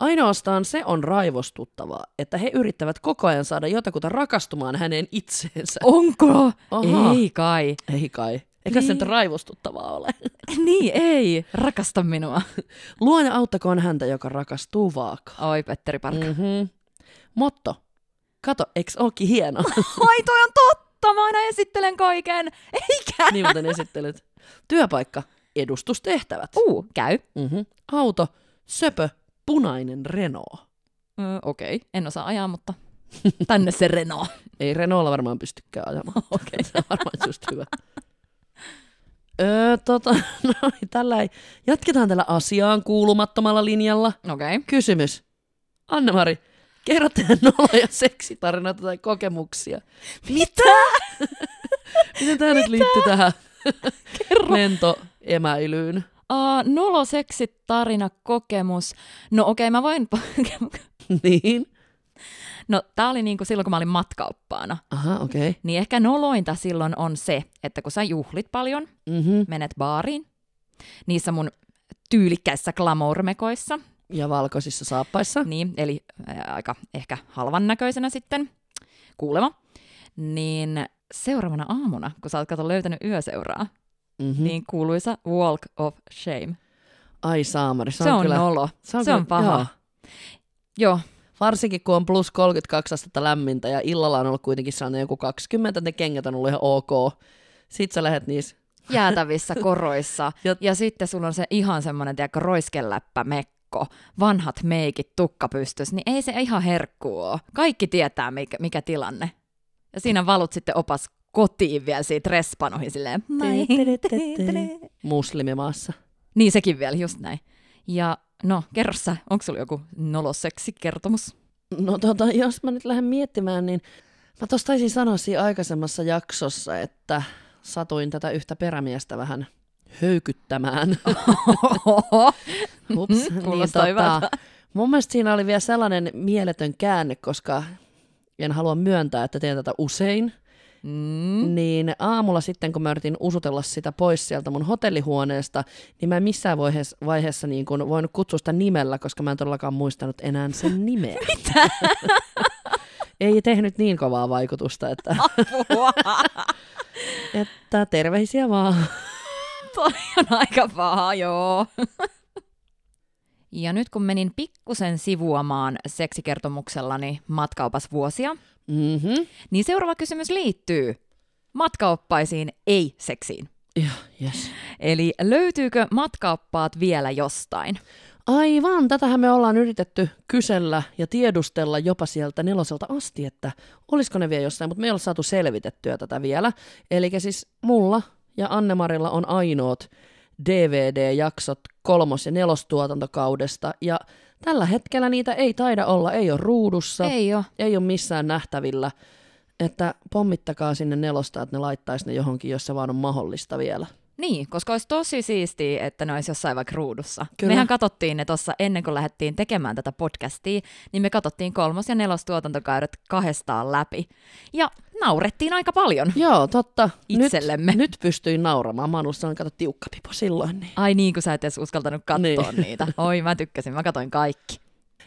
Ainoastaan se on raivostuttavaa, että he yrittävät koko ajan saada jotakuta rakastumaan häneen itseensä. Onko? Aha. Ei kai. Ei kai. Eikä se Niin. nyt raivostuttavaa ole. Niin, ei. Rakasta minua. Luoja auttakoon häntä, joka rakastuu vaakaan. Oi, Petteri Parkka. Mm. Mm-hmm. Motto. Kato, eks ooki hieno? [LAUGHS] Ai, toi on totta. Mä aina esittelen kaiken. Eikä. niin muuten esittelet. Työpaikka. Edustustehtävät. Uu, Uh, käy. Mm-hmm. Auto. Söpö. Punainen Renault. Ö, Mm, Okei, okay. en osaa ajaa, [LAUGHS] mutta tänne se Renault. Ei Renaultlla varmaan pystykään ajamaan. Okei. Okay. Se on varmaan just hyvä. Öö, tota, [LAUGHS] no, niin, tällä ei. Jatketaan tällä asiaan kuulumattomalla linjalla. Okei. Okay. Kysymys. Anne-Mari, kerro teidän noloja seksitarinoita tai kokemuksia. Mitä? Miten tämä nyt liittyy tähän lentoemäilyyn? Uh, nolo seksit tarina kokemus. No okei, okay, mä voin... [LAUGHS] [LAUGHS] niin. No tää oli niinku silloin, kun mä olin matkaoppaana. Aha, okei. Okay. Niin ehkä nolointa silloin on se, että kun sä juhlit paljon, Mm-hmm. menet baariin, niissä mun tyylikkäissä glamour-mekoissa, Ja valkoisissa saappaissa. niin, eli ää, aika ehkä halvan näköisenä sitten, kuulema, niin seuraavana aamuna, kun sä oot kato löytänyt yöseuraa, Mm-hmm. niin kuuluisa walk of shame. Ai saamari, se, Se on, on kyllä... nolo, se on, se on kyllä- paha. joo. Joo, Varsinkin kun on plus 32 astetta lämmintä ja illalla on ollut kuitenkin sellainen joku 20, ne kengät on ollut ihan ok. Sit sä lähet niissä. jäätävissä koroissa. ja, Ja- ja sitten sulla on se ihan semmoinen, tiedätkö, roiskeläppä mekko, vanhat meikit, tukka pystys, niin ei se ihan herkku oo. Kaikki tietää, mikä, mikä tilanne. Ja siinä valut sitten opas kotiin vielä siitä respanoihin silleen. "Moi." Muslimimaassa. niin sekin vielä, just näin. Ja no, kerro sä, onko sulla joku noloseksi kertomus? No tota, jos mä nyt lähden miettimään, niin mä tossa taisin sanoa siinä aikaisemmassa jaksossa, että satuin tätä yhtä perämiestä vähän höykyttämään. [LAUGHS] Hups, Mm-hmm, Kuulostaa hyvältä. mun mielestä siinä oli vielä sellainen mieletön käänne, koska en halua myöntää, että teen tätä usein, mm. niin aamulla sitten, kun mä yritin usutella sitä pois sieltä mun hotellihuoneesta, niin mä en missään vaiheessa, vaiheessa niin kun voinut kutsua sitä nimellä, koska mä en todellakaan muistanut enää sen nimeä. Mitä? Ei tehnyt niin kovaa vaikutusta, [LAUGHS] että, Apua. että terveisiä vaan. Toi on aika paha, joo. Ja nyt kun menin pikkusen sivuamaan seksikertomuksellani matkaopas vuosia, Mm-hmm. niin seuraava kysymys liittyy matkaoppaisiin, ei seksiin. Ja, yes. Eli löytyykö matkaoppaat vielä jostain? Aivan, tätähän me ollaan yritetty kysellä ja tiedustella jopa sieltä neloselta asti, että olisiko ne vielä jossain, mutta me ei ole saatu selvitettyä tätä vielä. Eli siis mulla ja Annemarilla on ainoat DVD-jaksot kolmos- ja nelostuotantokaudesta, ja tällä hetkellä niitä ei taida olla, ei ole ruudussa, ei, Ei ole. ei ole missään nähtävillä, että pommittakaa sinne nelosta, että ne laittaisi ne johonkin, jos se vaan on mahdollista vielä. Niin, koska olisi tosi siistiä, että ne olisi jossain vaikka ruudussa. Kyllä. Kyllä. Mehän katsottiin ne tuossa ennen kuin lähdettiin tekemään tätä podcastia, niin me katsottiin kolmos- ja nelostuotantokaudet kahdestaan läpi. Ja naurettiin aika paljon. Joo, totta. Itsellemme. Nyt, nyt pystyin nauramaan. Mä ollut sellainen, kato, tiukka pipo silloin. Niin. Ai niin, kun sä et edes uskaltanut katsoa Niin. [LAUGHS] niitä. Oi, mä tykkäsin, mä katoin kaikki.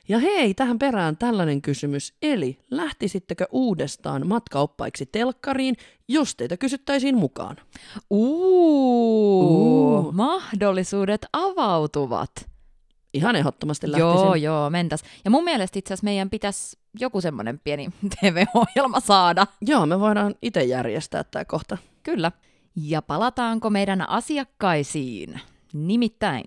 Ja hei, tähän perään tällainen kysymys. Eli lähtisittekö uudestaan matkaoppaiksi telkkariin, jos teitä kysyttäisiin mukaan? Uuu, Uu. mahdollisuudet avautuvat. Ihan ehdottomasti lähtisin. Joo, joo, mentäs. Ja mun mielestä itse asiassa meidän pitäisi joku semmoinen pieni [LAUGHS] TV-ohjelma saada. Joo, me voidaan itse järjestää tämä kohta. [LAUGHS] Kyllä. Ja palataanko meidän asiakkaisiin? Nimittäin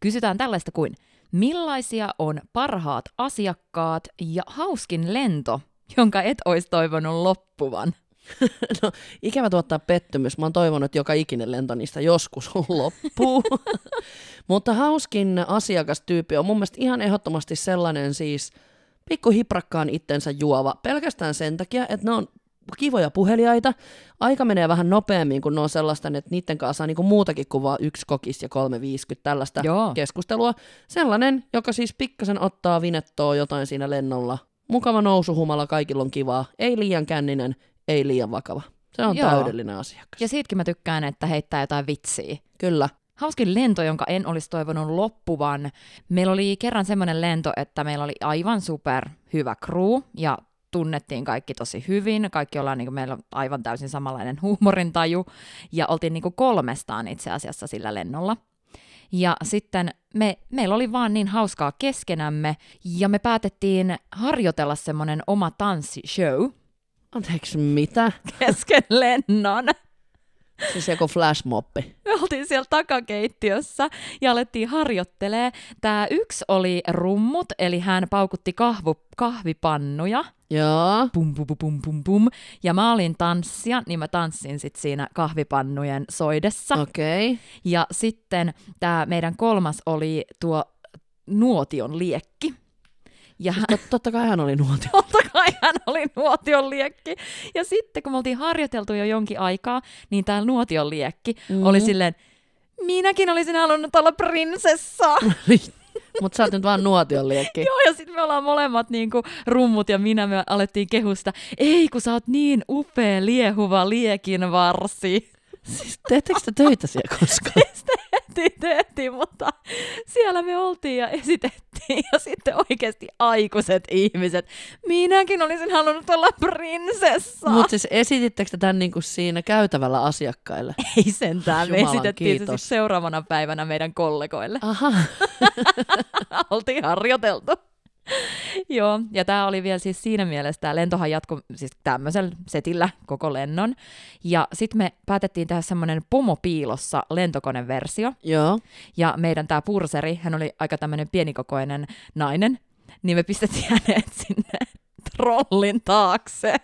kysytään tällaista kuin, millaisia on parhaat asiakkaat ja hauskin lento, jonka et olisi toivonut loppuvan? No, ikävä tuottaa pettymys. Mä oon toivonut, että joka ikinen lento niistä joskus [LAUGHS] loppuu. [LAUGHS] Mutta hauskin asiakastyyppi on mun mielestä ihan ehdottomasti sellainen siis pikkuhiprakkaan itsensä juova. Pelkästään sen takia, että ne on kivoja puheliaita. Aika menee vähän nopeammin, kun ne on sellaista, että niiden kanssa saa niinku muutakin kuin vaan yksi kokis ja 350 tällaista Joo. keskustelua. Sellainen, joka siis pikkasen ottaa vinettoa jotain siinä lennolla. Mukava nousuhumala, kaikilla on kivaa. Ei liian känninen, ei liian vakava. Se on Joo. Joo. täydellinen asiakas. Ja siitäkin mä tykkään, että heittää jotain vitsiä. Kyllä. Hauskin lento, jonka en olisi toivonut loppuvan. Meillä oli kerran semmoinen lento, että meillä oli aivan super hyvä crew ja tunnettiin kaikki tosi hyvin. Kaikki ollaan, niin kuin, meillä on aivan täysin samanlainen huumorintaju ja oltiin niin kuin kolmestaan itse asiassa sillä lennolla. Ja sitten me, meillä oli vaan niin hauskaa keskenämme ja me päätettiin harjoitella semmoinen oma tanssishow [LAUGHS] Anteeksi, mitä? kesken lennon. Siis joku flashmoppi. Me oltiin siellä takakeittiössä ja alettiin harjoittelee. Tämä yksi oli rummut, eli hän paukutti kahvu, kahvipannuja. Joo. Pum, pum, pum, pum, pum, pum. Ja mä olin tanssia, niin mä tanssin sit siinä kahvipannujen soidessa. Okei. Okay. Ja sitten tämä meidän kolmas oli tuo nuotion liekki. Ja hän, Tot, totta kai hän oli [LAUGHS] nuotio. totta kai hän oli nuotion liekki. Ja sitten kun me oltiin harjoiteltu jo jonkin aikaa, niin tämä nuotion liekki Mm. oli silleen, minäkin olisin halunnut olla prinsessa. [LAUGHS] Mutta sä oot nyt vaan nuotion liekki. Joo, ja sitten me ollaan molemmat niin kuin, rummut ja minä, me alettiin kehusta, ei kun sä oot niin upea liehuva liekin varsi. [LAUGHS] Siis teettekö te töitä siellä [LAUGHS] koskaan? Tehtiin, tehtiin, mutta siellä me oltiin ja esitettiin ja sitten oikeasti aikuiset ihmiset. Minäkin olisin halunnut olla prinsessa. Mutta siis esitittekö te tämän niinku siinä käytävällä asiakkaille? ei sentään, me Jumalan esitettiin se kiitos. siis seuraavana päivänä meidän kollegoille. [LAUGHS] Aha. oltiin harjoiteltu. [LAUGHS] Joo, ja tämä oli vielä siis siinä mielessä, tämä lentohan jatkoi siis tämmöisellä setillä koko lennon. Ja sitten me päätettiin tehdä semmoinen pomopiilossa lentokoneversio. Joo. Ja meidän tämä purseri, hän oli aika tämmöinen pienikokoinen nainen, niin me pistettiin [LAUGHS] hänet sinne trollin taakse.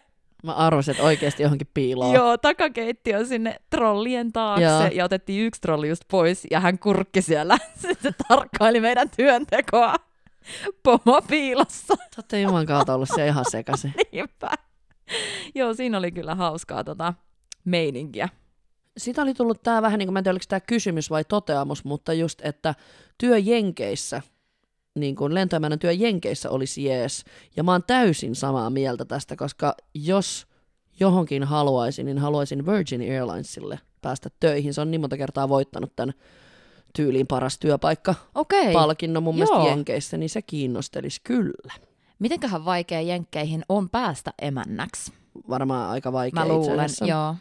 Mä arvasin, että oikeasti johonkin piiloon. Joo, takakeittiö sinne trollien taakse Joo. Joo. ja otettiin yksi trolli just pois ja hän kurkki siellä. [LAUGHS] Sitten se tarkkaili meidän työntekoa pomo piilossa. [LAUGHS] Te ootte juman kautta ollut siellä ihan sekaisin. Niinpä. Joo, siinä oli kyllä hauskaa tota, meininkiä. Siitä oli tullut tämä vähän, niin kuin mä en tiedä, oliko tämä kysymys vai toteamus, mutta just, että työjenkeissä, niin kuin lentoemännän työjenkeissä olisi jees. Ja mä oon täysin samaa mieltä tästä, koska jos johonkin haluaisin, niin haluaisin Virgin Airlinesille päästä töihin. Se on niin monta kertaa voittanut tämän tyyliin paras työpaikka Okei. Pal- palkinnon mun mielestä Joo. Jenkeissä, niin se kiinnostelisi kyllä. Mitenköhän vaikea jenkkeihin on päästä emännäksi? Varmaan aika vaikea Mä itse luulen, asiassa. joo.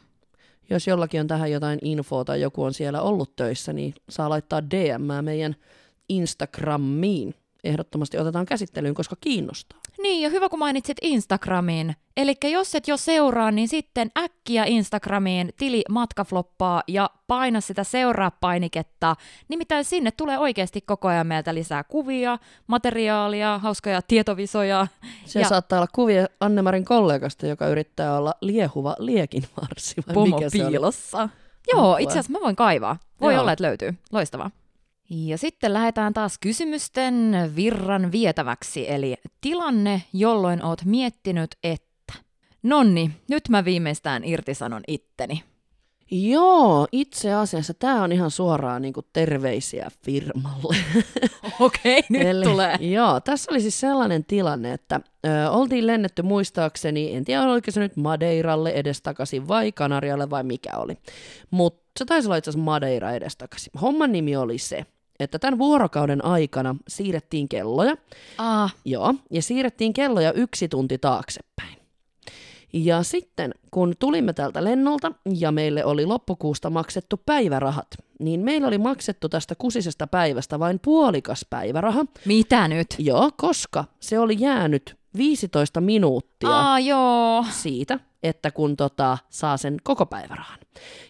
Jos jollakin on tähän jotain infoa tai joku on siellä ollut töissä, niin saa laittaa DM meidän Instagramiin. Ehdottomasti otetaan käsittelyyn, koska kiinnostaa. Niin, ja hyvä kun mainitsit Instagramin. Eli jos et jo seuraa, niin sitten äkkiä Instagramiin tili matkafloppaa ja paina sitä seuraa-painiketta. Nimittäin sinne tulee oikeasti koko ajan meiltä lisää kuvia, materiaalia, hauskoja tietovisoja. Se Ja- saattaa olla kuvia Annemarin kollegasta, joka yrittää olla liehuva liekinvarsi. Vai mikä se oli? piilossa. Joo, Apua. itse asiassa mä voin kaivaa. Voi Joo. olla, että löytyy. Loistavaa. Ja sitten lähdetään taas kysymysten virran vietäväksi, eli tilanne, jolloin oot miettinyt, että... Nonni, nyt mä viimeistään irtisanon itteni. Joo, itse asiassa tämä on ihan suoraan niinku terveisiä firmalle. Okei, nyt Eli- tulee. Joo, tässä oli siis sellainen tilanne, että ö, oltiin lennetty muistaakseni, en tiedä oliko se nyt Madeiralle edestakaisin vai Kanarialle vai mikä oli, mutta se taisi olla itse asiassa Madeira edestakaisin. Homman nimi oli se, että tämän vuorokauden aikana siirrettiin kelloja, Ah, joo, ja siirrettiin kelloja yksi tunti taaksepäin. Ja sitten, kun tulimme tältä lennolta ja meille oli loppukuusta maksettu päivärahat, niin meillä oli maksettu tästä kusisesta päivästä vain puolikas päiväraha, mitä nyt? Joo, koska se oli jäänyt 15 minuuttia Ah, joo. siitä, että kun tota, saa sen koko päivärahan.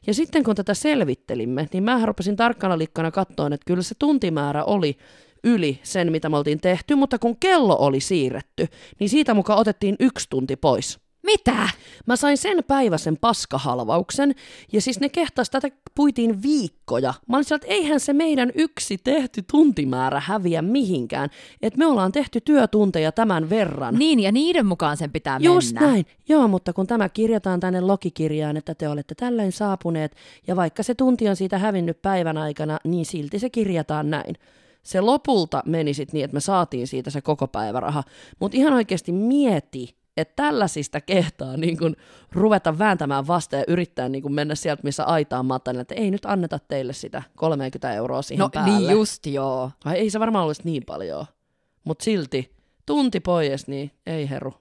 Ja sitten kun tätä selvittelimme, niin mä rupesin tarkkana likkana kattoon, että kyllä se tuntimäärä oli yli sen, mitä me oltiin tehty, mutta kun kello oli siirretty, niin siitä mukaan otettiin yksi tunti pois. Mitä? Äh. Mä sain sen päiväisen paskahalvauksen, ja siis ne kehtas tätä puitiin viikkoja. Mä olin sillä, että eihän se meidän yksi tehty tuntimäärä häviä mihinkään, että me ollaan tehty työtunteja tämän verran. Niin, ja niiden mukaan sen pitää Just mennä. näin. Joo, mutta kun tämä kirjataan tänne logikirjaan, että te olette tällöin saapuneet, ja vaikka se tunti on siitä hävinnyt päivän aikana, niin silti se kirjataan näin. Se lopulta meni sitten niin, että me saatiin siitä se koko päiväraha. Mutta ihan oikeasti mieti, että tällaisista kehtaa niin kun ruveta vääntämään vasta ja yrittää niin kun mennä sieltä, missä aitaan matan, että ei nyt anneta teille sitä 30 euroa siihen No päälle. niin just joo. Ai ei se varmaan olisi niin paljon, mutta silti tunti pois, niin ei heru.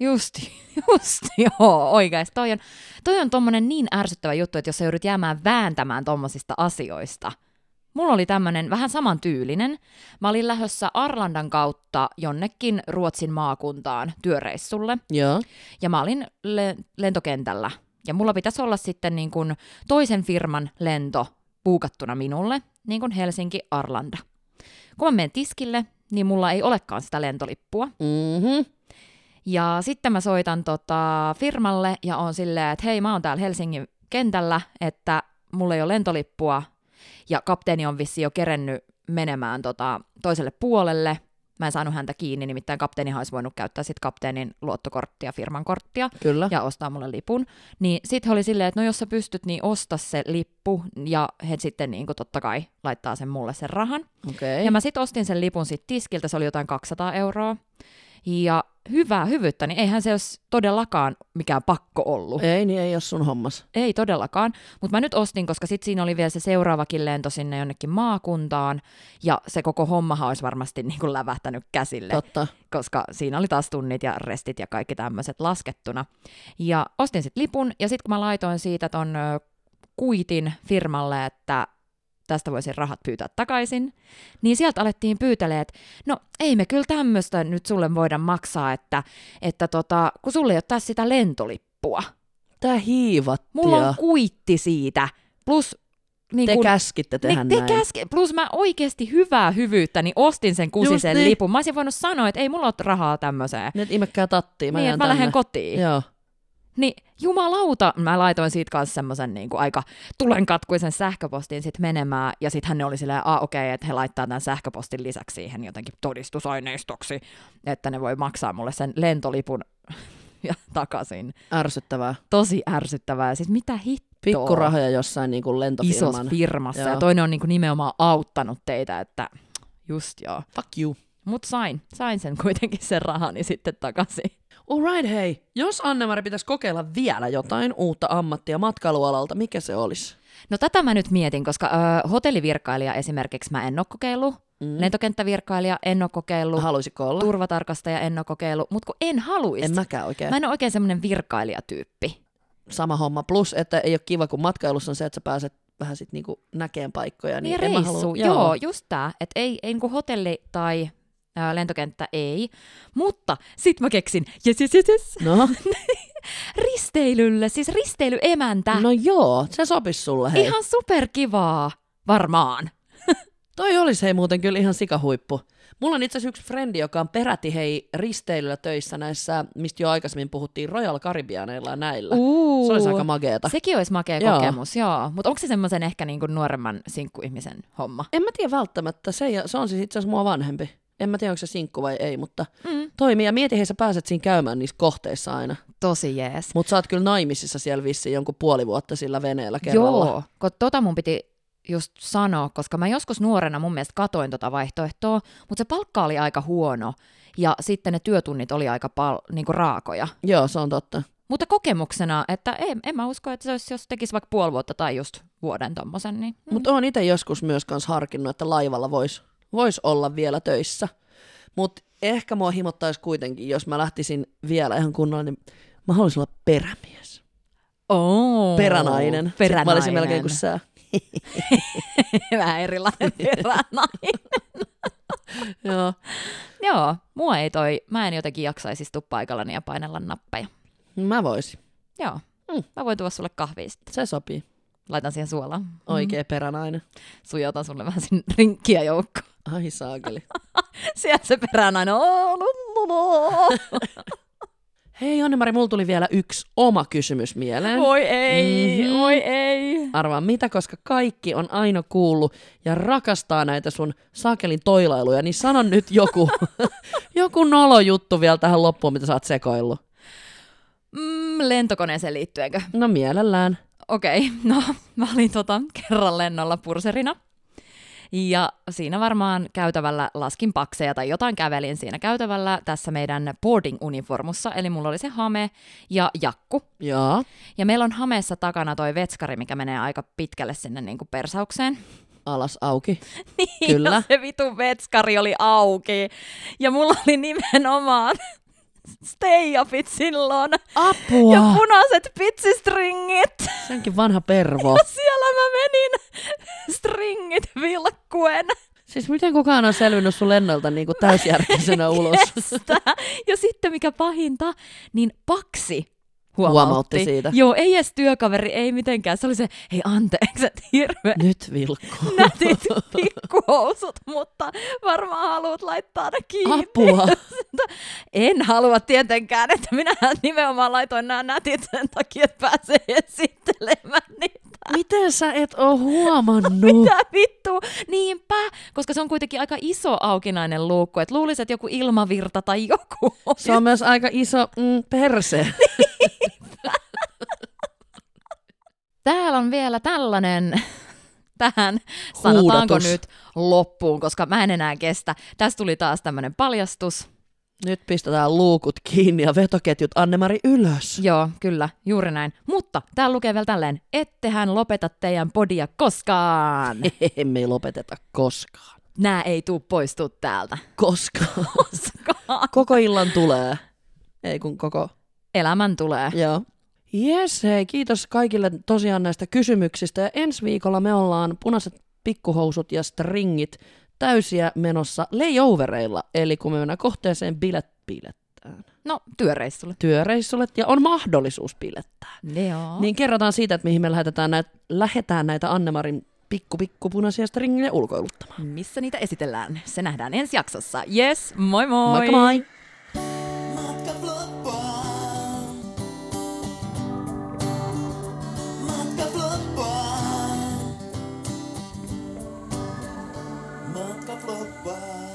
Just, [LAUGHS] just, joo, oikeasti. Toi on, toi on tommonen niin ärsyttävä juttu, että jos sä joudut jäämään vääntämään tommosista asioista. Mulla oli tämmönen vähän samantyylinen. Mä olin lähdössä Arlandan kautta jonnekin Ruotsin maakuntaan työreissulle. Joo. Ja mä olin le- lentokentällä Ja mulla pitäisi olla sitten niin kuin toisen firman lento buukattuna minulle, niin kuin Helsinki-Arlanda. Kun mä menen tiskille, niin mulla ei olekaan sitä lentolippua. Mm-hmm. Ja sitten mä soitan tota firmalle ja on silleen, että hei mä oon täällä Helsingin kentällä, että mulla ei ole lentolippua ja kapteeni on vissi jo kerennyt menemään tota toiselle puolelle. Mä en saanut häntä kiinni, nimittäin kapteeni olisi voinut käyttää sit kapteenin luottokorttia, firman korttia Kyllä. ja ostaa mulle lipun. Niin sitten he oli silleen, että no jos sä pystyt, niin osta se lippu ja he sitten niin totta kai laittaa sen mulle sen rahan. Okei. Ja mä sit ostin sen lipun sit tiskiltä, se oli jotain 200 euroa. Ja hyvää hyvyyttä, niin eihän se olisi todellakaan mikään pakko ollut. Ei, Ei, niin ei ole sun hommas. ei todellakaan, mutta mä nyt ostin, koska sit siinä oli vielä se seuraavakin lento sinne jonnekin maakuntaan. Ja se koko hommahan olisi varmasti niin kuin lävähtänyt käsille, Tot. Totta. koska siinä oli taas tunnit ja restit ja kaikki tämmöiset laskettuna. Ja ostin sit lipun ja sit kun mä laitoin siitä ton ö, kuitin firmalle, että tästä voisin rahat pyytää takaisin, niin sieltä alettiin pyytelee, että no ei me kyllä tämmöistä nyt sulle voida maksaa, että, että tota, kun sulle ei ole tässä sitä lentolippua. Tää hiivattia. Mulla on kuitti siitä, plus niin Te kun, käskitte tehdä niin, te näin. käske, plus mä oikeasti hyvää hyvyyttä, niin ostin sen kusisen Just niin. lipun. Mä olisin voinut sanoa, että ei mulla ole rahaa tämmöiseen. Nyt imekkää tattia. Mä niin, jään että mä lähden tänne. kotiin. Joo. Niin jumalauta, mä laitoin siitä kanssa semmoisen niin aika tulenkatkuisen sähköpostin sit menemään, ja sitten hän oli silleen, a okei, okay, että he laittaa tämän sähköpostin lisäksi siihen jotenkin todistusaineistoksi, että ne voi maksaa mulle sen lentolipun [LAUGHS] ja takaisin. Ärsyttävää. Tosi ärsyttävää. Siis mitä hittoa Pikkurahoja jossain niin kuin isossa lentofirman. firmassa, Joo. ja toinen on niin kuin nimenomaan auttanut teitä, että just joo. Fuck you. Mutta sain, sain sen kuitenkin sen rahani sitten takaisin. Alright, hei. Jos Annemari pitäisi kokeilla vielä jotain uutta ammattia matkailualalta, mikä se olisi? No tätä mä nyt mietin, koska ö, hotellivirkailija esimerkiksi mä en ole kokeillut, Mm. lentokenttävirkailija en ole kokeillut, Haluaisitko olla? turvatarkastaja en ole kokeillut, mutta kun en haluaisi. en mäkään oikein. mä en ole oikein semmoinen virkailijatyyppi. Sama homma. Plus, että ei ole kiva, kun matkailussa on se, että sä pääset vähän sit niinku näkeen paikkoja. Niin, Niin en mä reissu, halua- joo. just tää, että ei, ei niinku hotelli tai ö, lentokenttä ei, mutta sit mä keksin, jes, jes, jes, jes, [LAUGHS] No, risteilylle, siis risteilyemäntä, no joo, se sopis sulle. Hei. ihan superkivaa, varmaan. Toi olisi hei muuten kyllä ihan sikahuippu. Mulla on itse asiassa yksi frendi, joka on peräti hei risteilyllä töissä näissä, mistä jo aikaisemmin puhuttiin, Royal Caribbeaneilla ja näillä. Uu, Se olisi aika mageeta. Se... Sekin olisi makea Joo. joo. kokemus, joo. Mutta onko se semmoisen ehkä niinku nuoremman sinkkuihmisen homma? En mä tiedä välttämättä, se, ei- se on siis itse asiassa mua vanhempi. En mä tiedä, onko se sinkku vai ei, mutta Mm. toimii. Ja mieti, hei sä pääset siinä käymään niissä kohteissa aina. Tosi jees. Mutta sä oot kyllä naimisissa siellä vissiin jonkun puoli vuotta sillä veneellä kerralla. Joo, kun tota mun piti just sanoa, koska mä joskus nuorena mun mielestä katoin tota vaihtoehtoa, mutta se palkka oli aika huono ja sitten ne työtunnit oli aika pal- niinku raakoja. Joo, se on totta. Mutta kokemuksena, että en, en mä usko, että se olisi, jos tekisi vaikka puoli vuotta tai just vuoden tommosen, niin mm. Mutta on itse joskus myös kans harkinnut, että laivalla voisi vois olla vielä töissä. Mutta ehkä mua himottaisi kuitenkin, jos mä lähtisin vielä ihan kunnolla, niin mä haluaisin olla perämies. oh, Peränainen. Sit peränainen. Mä olisin melkein kuin sä. [LAUGHS] Vähän [LAUGHS] erilainen peränainen. Joo. Joo, mua ei toi, mä en jotenkin jaksaisi istua paikallani ja painella nappeja. Mä voisin. Joo, Mm. mm. mä voin tuoda sulle kahvia sitten. Se Mm. sopii. Laitan siihen suolaa. Oikea peränainen. sujautan sulle vähän sinne [LAUGHS] rinkkiä joukkoon. Ai saakeli. Sieltä se perään aina, no, "Oo, lu, lu, lu." Hei Annemari, mulla tuli vielä yksi oma kysymys [LAUGHS] mieleen. voi ei, Mhm. voi ei. Arvaa mitä, koska kaikki on aina kuullut ja rakastaa näitä sun saakelin toilailuja, niin sano nyt joku, [LAUGHS] joku nolo juttu vielä tähän loppuun, mitä sä oot sekoillut. Mm, lentokoneeseen liittyenkö? No mielellään. Okei, [LAUGHS] no mä olin tota, kerran lennolla purserina. Ja siinä varmaan käytävällä laskin pakseja tai jotain kävelin siinä käytävällä tässä meidän boarding-uniformussa. Eli mulla oli se hame ja jakku. Joo. Ja meillä on hameessa takana toi vetskari, mikä menee aika pitkälle sinne niin kuin [LAUGHS] persaukseen. Alas auki. Kyllä. Kyllä. Ja se vitun vetskari oli auki. Ja mulla oli nimenomaan [LAUGHS] stay-upit silloin. Apua! Ja punaiset pitsistringit. [LAUGHS] Senkin vanha pervo. Siellä mä menin stringit vilkkuen Siis miten kukaan on selvinnyt sun lennolta niin kuin täysjärkisenä ulos? tästä. Ja sitten mikä pahinta, niin paksi huomautti. Huomautti siitä. Joo, ei edes työkaveri, ei mitenkään. Se oli se, hei anteeksi, että hirveä Nyt vilkkuu. nätit pikkuhousut, mutta varmaan haluat laittaa ne kiinni. Apua. [LAUGHS] En halua tietenkään, että minähän nimenomaan laitoin nämä nätit sen takia, että pääsee esittelemään niitä. Miten sä et oo huomannut? Mitä vittua? Niinpä, koska se on kuitenkin aika iso aukinainen luukku, että luulisi, että joku ilmavirta tai joku olisi Se on myös aika iso mm, perse. Täällä on vielä tällainen [LAUGHS] tähän, sanotaanko Huudatus. nyt loppuun, koska mä en enää kestä. Tästä tuli taas tämmöinen paljastus. Nyt pistetään luukut kiinni ja vetoketjut Annemari ylös. Joo, kyllä, juuri näin. Mutta täällä lukee vielä tälleen, ettehän lopeta teidän podia koskaan. [LAUGHS] Emme ei lopeteta koskaan. Nää ei tuu poistua täältä. [LAUGHS] Koskaan. Koskaan. Koko illan tulee. Ei kun koko. Elämän tulee. Joo. Jes, hei, kiitos kaikille tosiaan näistä kysymyksistä. Ja ensi viikolla me ollaan punaiset pikkuhousut ja stringit täysiä menossa layovereilla. Eli kun me mennään kohteeseen, bilet, bilettään. No, työreissulle. Työreissulle ja on mahdollisuus bilettää. Joo. Niin. Niin kerrotaan siitä, että mihin me lähetetään näitä, lähetään näitä Annemarin pikku pikku punaisia stringejä ulkoiluttamaan. Missä niitä esitellään? Se nähdään ensi jaksossa. Yes, moi moi! Moikka moi! Matka floppaan. Matka floppaan. Matka floppaan.